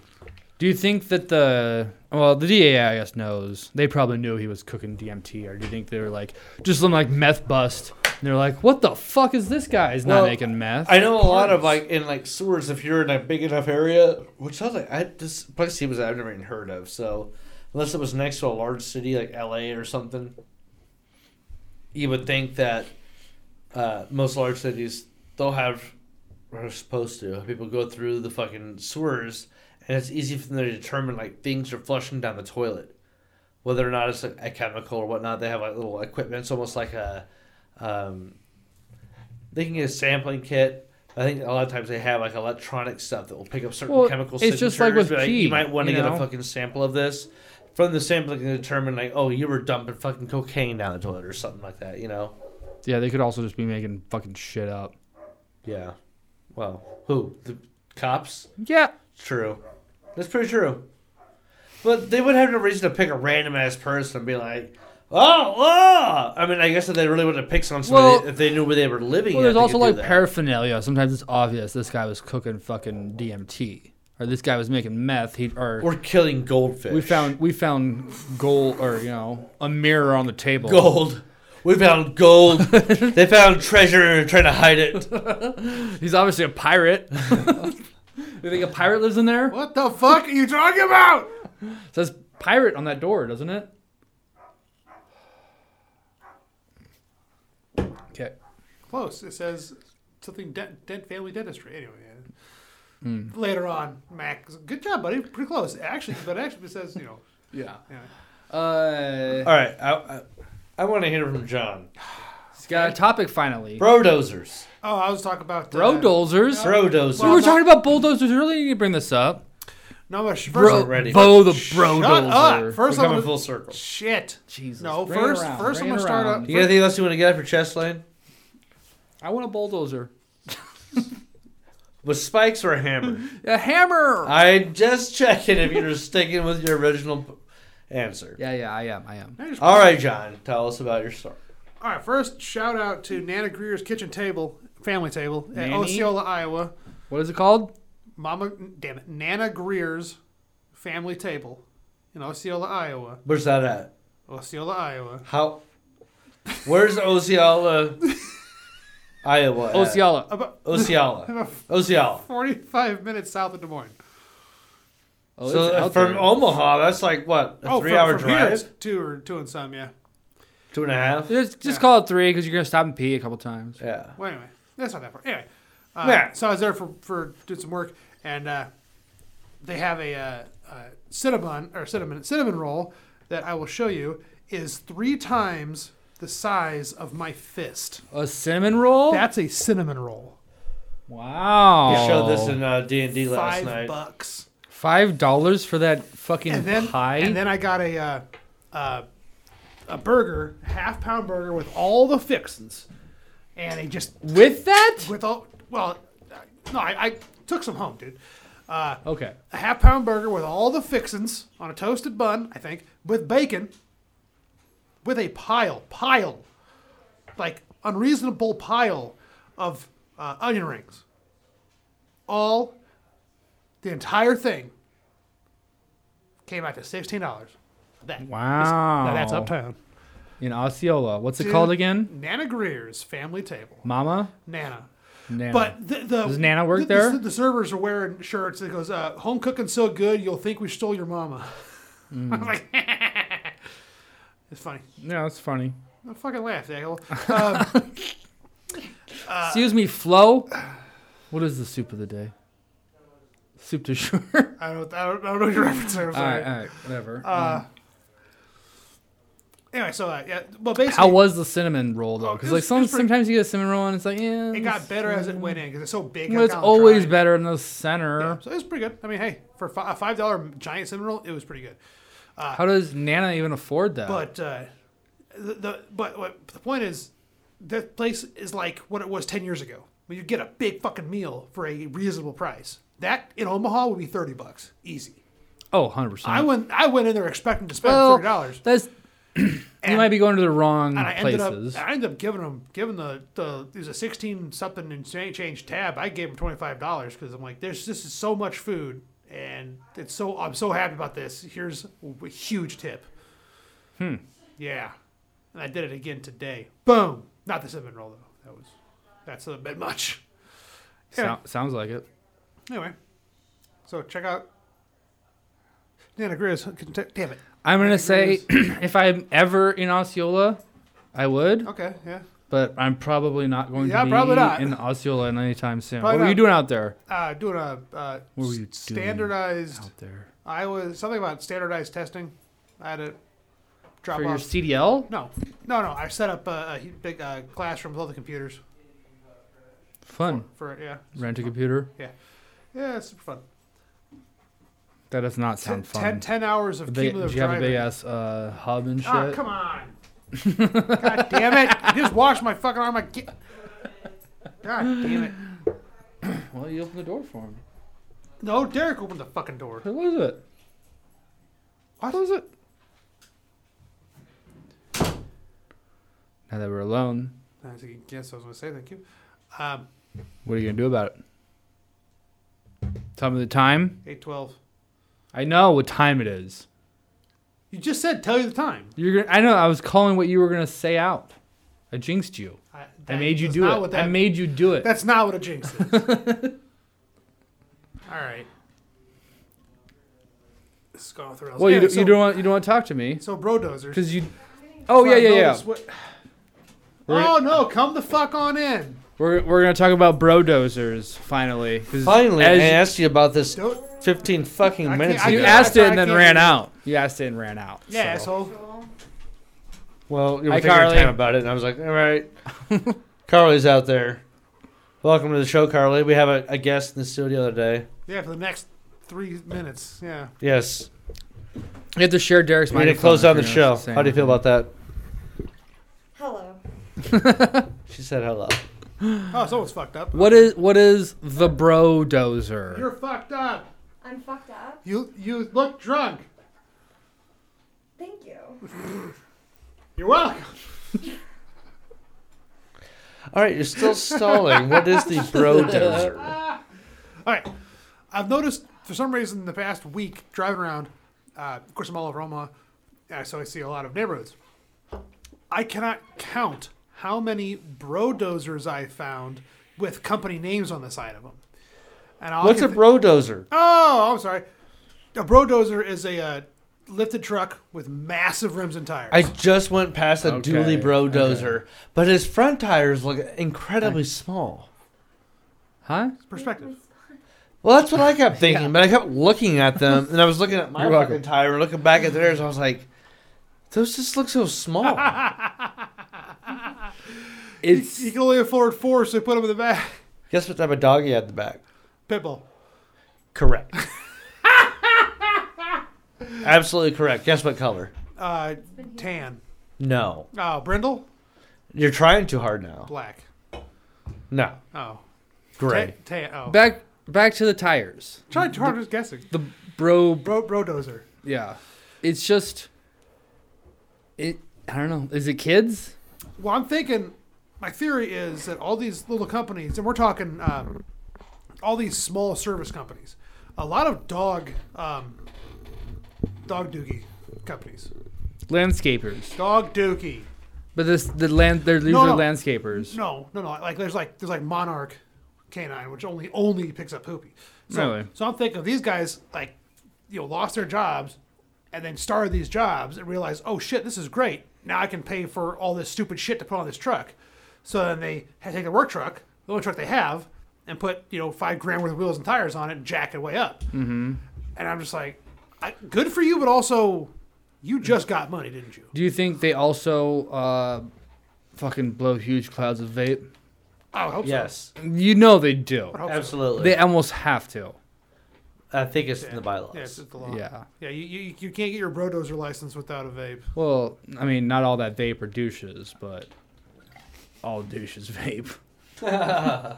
Do you think that the well, the DAIS knows they probably knew he was cooking DMT, or do you think they were like just some like meth bust And they're like, what the fuck is this guy? He's not
Well,
making meth.
I know a lot of like in like sewers if you're in a big enough area, which sounds like I this place he was at, I've never even heard of. So unless it was next to a large city like L.A. or something, you would think that uh, most large cities they'll have or are supposed to people go through the fucking sewers, and it's easy for them to determine like things are flushing down the toilet, whether or not it's like, a chemical or whatnot. They have like little equipment. It's almost like a um, they can get a sampling kit. I think a lot of times they have like electronic stuff that will pick up certain
Well,
chemical
it's
signatures.
just like with
but,
pee,
you might want to
you
get
know?
a fucking sample of this. From the sample, they can determine like, oh, you were dumping fucking cocaine down the toilet or something like that. You know?
yeah, they could also just be making fucking shit up.
Yeah. Well, who the cops?
Yeah.
True. That's pretty true. But they would have no reason to pick a random ass person and be like, oh, oh. I mean, I guess if they really would have picked on somebody
Well-
if they knew where they were living.
Well,
at,
there's
they
also
could do
like
that.
paraphernalia. Sometimes it's obvious this guy was cooking fucking DMT, or this guy was making meth. He or
We're killing goldfish.
we found we found gold or you know a mirror on the table.
Gold. We found gold. they found treasure and are trying to hide it.
He's obviously a pirate. you think a pirate lives in there?
What the fuck are you talking about?
It says pirate on that door, doesn't it? Okay.
Close. It says something dent, dent family dentistry. Anyway. yeah.
Hmm.
Later on, Mac. goes, Good job, buddy. Pretty close, actually. But actually, it says you know.
Yeah.
Yeah.
Uh,
All right, I, I, I want to hear from John.
he's got a topic finally.
Brodozers.
Oh, I was talking about uh,
Bro dozers.
Brodozers.
we were talking about bulldozers earlier. You need to bring this up.
No, but first
Bro,
of-
Already.
Bo the bro
Shut up.
We're
First of
coming
all,
full circle.
shit.
Jesus.
No,
Bring it
first-
around,
first
bring
I'm
it
gonna start
around.
up-
You got anything else you want to get out for chest lane?
I want a bulldozer.
With spikes or a hammer?
A hammer.
I just checking if you're sticking with your original p- answer.
yeah, yeah, I am. I am.
Now you just-
All right, John, tell us about your story.
All right, first shout out to Nana Greer's Kitchen Table, Family Table at
Nanny?
Osceola, Iowa.
What is it called?
Mama, damn it, Nana Greer's Family Table in Osceola, Iowa.
Where's that at?
Osceola, Iowa.
How? Where's Osceola, Iowa? at?
Osceola.
About,
Osceola.
about
Osceola.
45 minutes south of Des Moines.
Oh, it's
So uh,
out
from
there.
Omaha, that's like what a
Oh,
3
from,
hour
from here,
drive,
it's two or two and some, yeah.
two and a half.
Just, just
Yeah.
call it three because you're gonna stop and pee a couple times.
Yeah.
Well, anyway, that's not that far. Anyway, uh,
Yeah.
so I was there for for doing some work, and uh, they have a, uh, uh cinnamon or cinnamon cinnamon roll that I will show you is three times the size of my fist.
A cinnamon roll.
Oh.
That's a cinnamon roll.
wow.
You showed this in uh, D and D last
Five
night.
bucks.
five dollars for that fucking
And then
pie.
and then I got a uh, uh, a burger, half pound burger with all the fixins, and it just
with that?
with all well, uh, no, I, I took some home, dude. Uh,
Okay.
a half pound burger with all the fixins on a toasted bun, I think, with bacon, with a pile, pile, like unreasonable pile of uh, onion rings. All, the entire thing came out to sixteen dollars. That
Wow.
now that's uptown.
In Osceola. What's it
Dude.
called again?
Nana Greer's family table.
Mama.
Nana.
Nana.
But the, the
Does Nana work
the,
there?
The, the servers are wearing shirts that goes, uh, "Home cooking's so good, you'll think we stole your mama."
Mm.
I'm like, it's funny.
yeah, that's funny.
I fucking laugh, Um, asshole. Uh,
Excuse me, Flo. What is the soup of the day? Soup to shore. all
I don't, I don't, I don't know your reference. there, I'm sorry. Uh,
right, all right, whatever. Mm.
Anyway, so uh, yeah, well, basically,
How was the cinnamon roll though?
Oh,
Because
it
like
was- it
some,
was pretty-
sometimes you get a cinnamon roll and it's like, yeah.
it got better as it went in because it's so big. I
It's
kinda
always
tried.
better in the
Yeah,
center.
so it was pretty good. I mean, hey, for fi- a five dollar giant cinnamon roll, it was pretty good.
How does Nana even afford that?
But uh, the, the but what, the point is, that place is like what it was ten years ago. When you get a big fucking meal for a reasonable price, that in Omaha would be thirty bucks easy.
oh, 100 percent.
I went I went in there expecting to spend
well,
thirty dollars,
That's you
and,
might be going to the wrong
and I ended
places.
up I ended up giving them giving the the there's a sixteen something and cha- change tab. I gave them twenty five dollars because I'm like, there's this is so much food, and it's so I'm so happy about this. Here's a huge tip. Hmm. Yeah, and I did it again today. Boom. Not the cinnamon roll though. That was that's a bit much.
Sou- sounds like it.
Anyway, so check out Nana Grizz. Kentuck- Damn it.
I'm gonna say
Agrees.
if I'm ever in Osceola, I would,
Okay, yeah.
but I'm probably not going
Yeah,
to be
probably not.
in Osceola anytime soon.
Probably
what were you
not.
doing out there?
Uh, doing a uh,
What were you
s-
doing Oh,
standardized.
Out there
I was something about standardized testing. I had to drop
for your
off.
CDL
no, no, no. I set up a, a hu- big uh, classroom with all the computers
fun.
for yeah,
Rent a computer.
yeah, it's super fun.
That does not
Ten,
sound
ten,
fun.
ten hours of
They-
cumulative
do you have a
driving.
big ass uh, hub and shit?
Ah, come Ah, on. God damn it! You just washed my fucking arm. I get... God damn it!
well, you opened the door for him.
No, Derek opened the fucking door.
Who was it?
What?
was it? Now that we're alone,
I was like, yes, I was gonna say thank you. Um,
what are you gonna do about it? Tell me the time.
eight twelve.
I know what time it is.
You just said tell you the time.
You're gonna. I know. I was calling what you were gonna say out. I jinxed you.
I,
I made you
that's
do
not
it.
what that-
I made you do it.
That's not what a jinx is. All right. This is going off the rails.
Well, you,
Anyway,
do,
so,
you don't want you don't want to talk to me
So bro dozers.
because you. Oh yeah yeah yeah. We're
oh no! Come the fuck on in.
We're, we're gonna talk about bro dozers finally. 'cause
Finally,
as
I asked you about this
Don't.
15 fucking
can't-
minutes
I
you
ago.
can't-
asked it
I
and then
can't
ran
even-
out. You asked it and ran out.
Yeah,
so.
asshole.
Well, you were
Hi,
taking your
Carly.
time about it, and I was like, all right. Carly's out there. Welcome to the show, Carly. We have a, a guest in the studio today.
Yeah, for the next three minutes. Yeah.
Yes.
You have to share Derek's
We're going to
microphone
close
if
down the
you're
show.
gonna say
How do you feel
anything.
about that?
Hello.
She said hello.
Oh, someone's fucked up.
What is what is the bro dozer?
You're fucked up.
I'm fucked up.
You you look drunk.
Thank you.
You're welcome.
All right, you're still stalling. What is the bro dozer?
All right. I've noticed for some reason in the past week driving around, uh, of course, I'm all over Omaha, uh, so I see a lot of neighborhoods. I cannot count how many brodozers I found with company names on the side of them. And all I
What's
can
a
thi-
bro dozer?
Oh, I'm sorry. A brodozer is a uh, lifted truck with massive rims and tires.
I just went past a
Okay,
dually bro
okay.
dozer, but his front tires look incredibly small.
Huh?
Perspective.
Well, that's what I kept thinking, but I kept looking at them, and I was looking at my
You're
fucking
welcome.
tire and looking back at theirs. I was like, those just look so small.
It's
You can only afford four, so they put them in the back.
Guess what type of dog he had in the back?
Pitbull.
Correct. Absolutely correct. Guess what color?
Uh, tan.
No.
Oh, Brindle?
You're trying too hard now.
Black.
No.
Oh.
Gray.
Tan. oh.
back back to the tires.
Try hard just guessing.
The bro
Bro, brodozer.
yeah. It's just it I don't know. Is it kids?
Well, I'm thinking. My theory is that all these little companies, and we're talking um, all these small service companies, a lot of dog, um, dog dookie companies,
Landscapers.
dog dookie.
But this the land they're these
No,
are
no.
landscapers.
No, no, no. Like there's like there's like Monarch canine, which only only picks up poopy. So,
Really?
so I'm thinking these guys like you know lost their jobs and then started these jobs and realized oh shit this is great now I can pay for all this stupid shit to put on this truck. So then they had to take their work truck, the only truck they have, and put you know five grand worth of wheels and tires on it and jack it way up. Mm-hmm. And I'm just like, I, good for you, but also you just got money, didn't you?
Do you think they also uh fucking blow huge clouds of vape?
Oh, I would hope
Yes.
You know they
so. I
do.
would hope so.
Absolutely.
They almost have to.
I think it's in the
Yeah, it's
bylaws.
just the law.
Yeah.
Yeah, you, you, you can't get your brodozer license without a vape.
Well, I mean, not all that vape are douches, but all douches vape.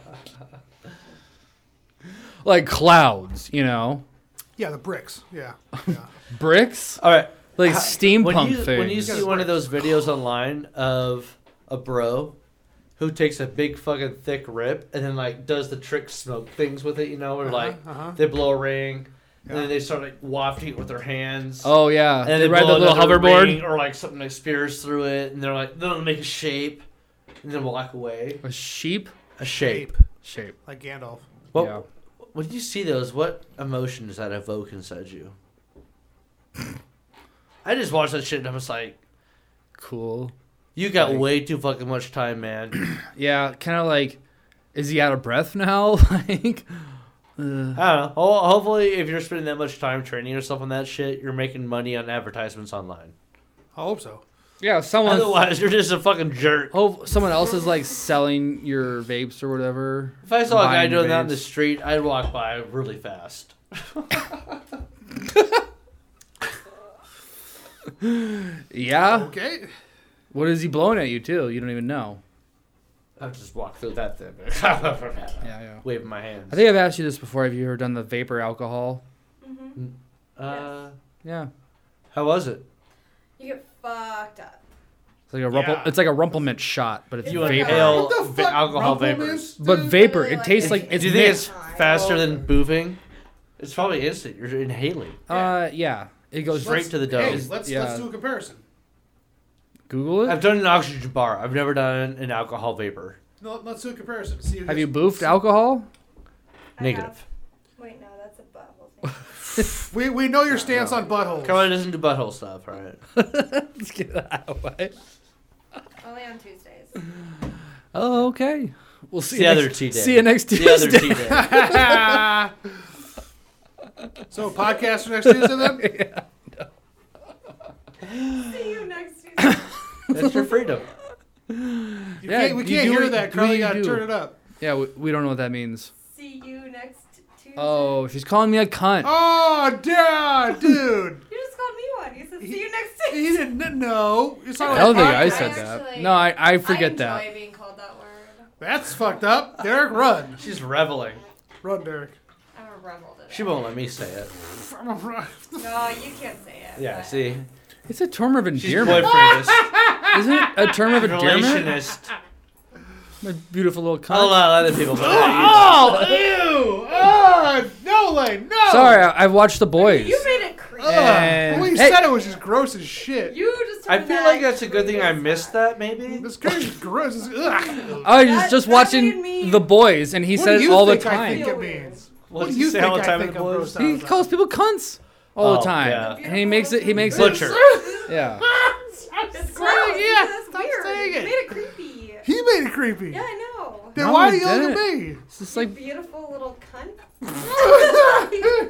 like clouds, you know,
Yeah, the bricks. Yeah. yeah.
bricks,
All right.
like
Uh,
steampunk
when you,
things.
When you see one of those videos online of a bro who takes a big fucking thick rip and then like does the trick smoke things with it, you know, or like
uh-huh.
they blow a ring and
Yeah.
then they start like wafting it with their hands.
oh yeah,
And then
they
they
ride the
blow
little
another
hoverboard.
ring or like something that spears through it, and they're like, they'll make a shape. and then walk away.
A sheep
A shape.
shape.
like Gandalf.
What,
Yeah.
When you see those, what emotion does that evoke inside you? I just watched that shit and I was like,
Cool.
you got
Like-
way too fucking much time, man.
Yeah, kind of like, is he out of breath now? like, uh,
I don't know. Ho- Hopefully, if you're spending that much time training yourself on that shit, you're making money on advertisements online.
I hope so.
yeah, someone.
Otherwise, you're just a fucking jerk.
Oh, someone else is like selling your vapes or whatever.
If I saw a guy
Buying
doing that in
vapes.
the street, I'd walk by really fast.
Yeah.
Okay.
What is he blowing at you too? You don't even know.
I'd just walk through that thing.
Yeah, yeah.
Waving my hands.
I think I've asked you this before. Have you ever done the vapor alcohol?
Mm-hmm.
uh,
Yeah.
how was it?
You get fucked up.
It's like a rumple.
Yeah.
It's like a rumplement shot, but it's
You
You
It's
vapor.
inhale
inhale
What
What the fuck?
alcohol
Rumpleman?
vapors.
But
Dude,
vapor, it
like-
tastes like
Do
it's
you think
mixed.
it's faster than boofing? It's probably instant. You're inhaling.
Uh, yeah. It goes
Straight
straight.
to the
Hey,
dome.
let's
Yeah.
let's do a comparison.
Google
I've
it.
done an oxygen bar. I've never done an alcohol vapor.
No, let's do a comparison. See
Have you boofed alcohol?
I
Negative.
have- Wait, no, that's a butthole thing.
We we know your stance on buttholes.
Caroline doesn't do butthole stuff, all right?
Let's get it out of the way.
Only on Tuesdays.
Oh, okay. We'll see.
The
you
other
next,
tea day.
See you next
The other
Tuesday.
tea day.
so podcast for next Tuesday then.
See you next Tuesday.
That's your freedom.
You
Yeah,
can't, we
you
can't
do
hear
it-
that.
do what
Carly
you
got to
do.
turn it up.
yeah, we, we don't know what that means.
See you next Tuesday.
Oh, she's calling me a cunt.
Oh, dad, dude.
You just called me one. You said see you next
He
Tuesday.
didn't kn- know. It's not
I
a
don't think
podcast.
I
I
said that.
actually-
No, I, I forget
I
that.
enjoy being called that word.
That's fucked up. Derek, run,
She's reveling.
run, Derek.
I'm a rebel today.
She won't let me say it.
I'm a run.
No, you can't say it.
Yeah,
but-
see?
It's a term of
She's
endearment.
boyfriendist.
Isn't it a term of endearment?
Relationist.
My beautiful little cunt.
I'll allow other people, but not
Oh, ew. Oh, no, Lane, no.
Sorry, I, I've watched The Boys.
You made it creepy.
Ugh.
Oh. And-
Well, you
Hey.
said it was just gross as shit.
You just.
you. I
turned
feel
that
like that's a good
creepy
thing I
as
missed
fuck.
that, maybe?
This guy is gross. It's, ugh.
I was
That-
just
that made
watching
me-
The Boys, and he
What
says
do
it
you
all the
think I
time.
think it
Feel weird.
means?
What
What
does
do
he
you
say
think
all the
I
time
think
in
I'm
the
grossed
boys?
out
He
about?
calls people cunts all the
Oh,
time,
yeah.
and he makes it. He makes
Butcher.
it. Yeah.
It's gross.
saying it.
That's
Stop
weird.
saying
You
it.
made it creepy.
He made it creepy.
Yeah, I know.
Then
No,
why
I
are you looking at me?
It's just
You
like
beautiful little cunt.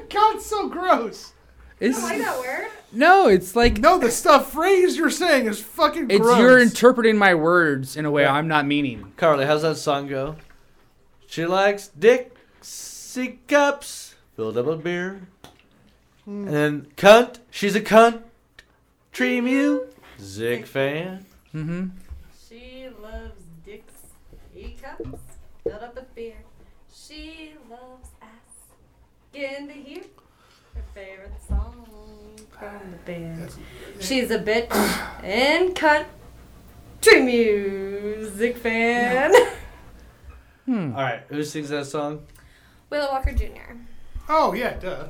God's so gross.
You
it's
don't like that word?
no. It's like
No, the stuff phrase you're saying is fucking
it's
gross.
you're interpreting my words in a way
Yeah.
I'm not meaning.
Carly, how's that song go? She likes Dixie cups filled up with beer.
Hmm.
And then cunt, she's a cunt. Tree music fan.
Mm-hmm.
She loves dicks, e cups, filled up with beer. She loves ass. Getting to hear her favorite song from the band. She's a bitch and cunt. Tree music fan.
Hmm.
All right, who sings that song?
Willow Walker Jr.
oh yeah, duh.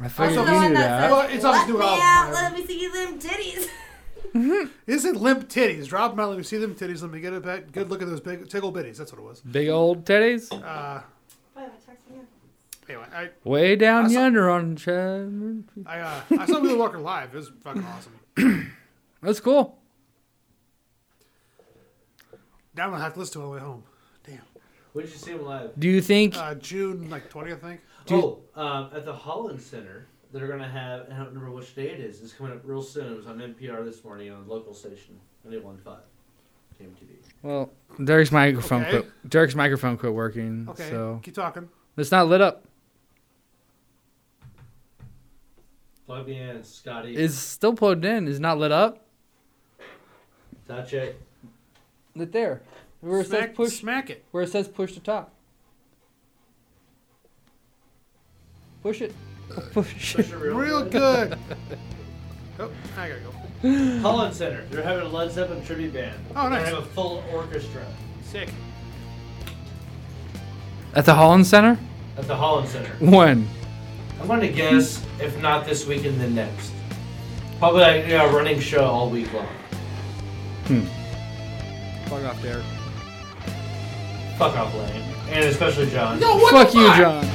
I
Also
figured
the
you
one
knew
that
that.
says,
Well, it's also
"Let
doing
me
all of
out,
mine.
let me see them titties.
Is it limp titties? Rob Mount, let me see them titties. Let me get a bit- good look at those big tickle bitties. That's what it was.
Big old titties,
Uh,
Why am I texting you?
anyway, I
way down
I saw-
yonder on Chad.
I, uh, I saw Willie Walker live. It was fucking awesome.
That's cool.
Now I'm gonna have to listen to it on the way home.
What did you see him live?
Do you think?
Uh, June like 20th, I think.
Do you-
oh, um, at the Holland Center, they're going to have, I don't remember which day it is, it's coming up real soon. It was on NPR this morning on a local station, 91.5 KMTV.
well, Derek's microphone.
Okay.
Quit, Derek's microphone quit working.
Okay,
So
keep talking.
it's not lit up.
Plug me in, Scotty.
It's still plugged in. It's not lit up.
Touch it.
Lit there. Where it
smack,
says push.
smack it.
Where it says push to top. Push it. Push it.
Push it
Real good. oh, I gotta go.
Holland Center. They're having a Led Zeppelin tribute band.
Oh, nice.
They have a full orchestra
Sick.
At the Holland Center.
at the Holland Center.
One.
I'm gonna guess if not this weekend, then next. Probably like yeah, a running show all week long.
Fuck off, Derek.
Fuck off, Lane. And especially John.
Fuck you, John.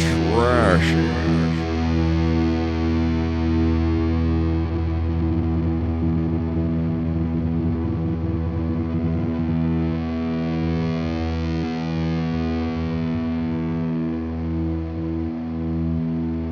Trashy.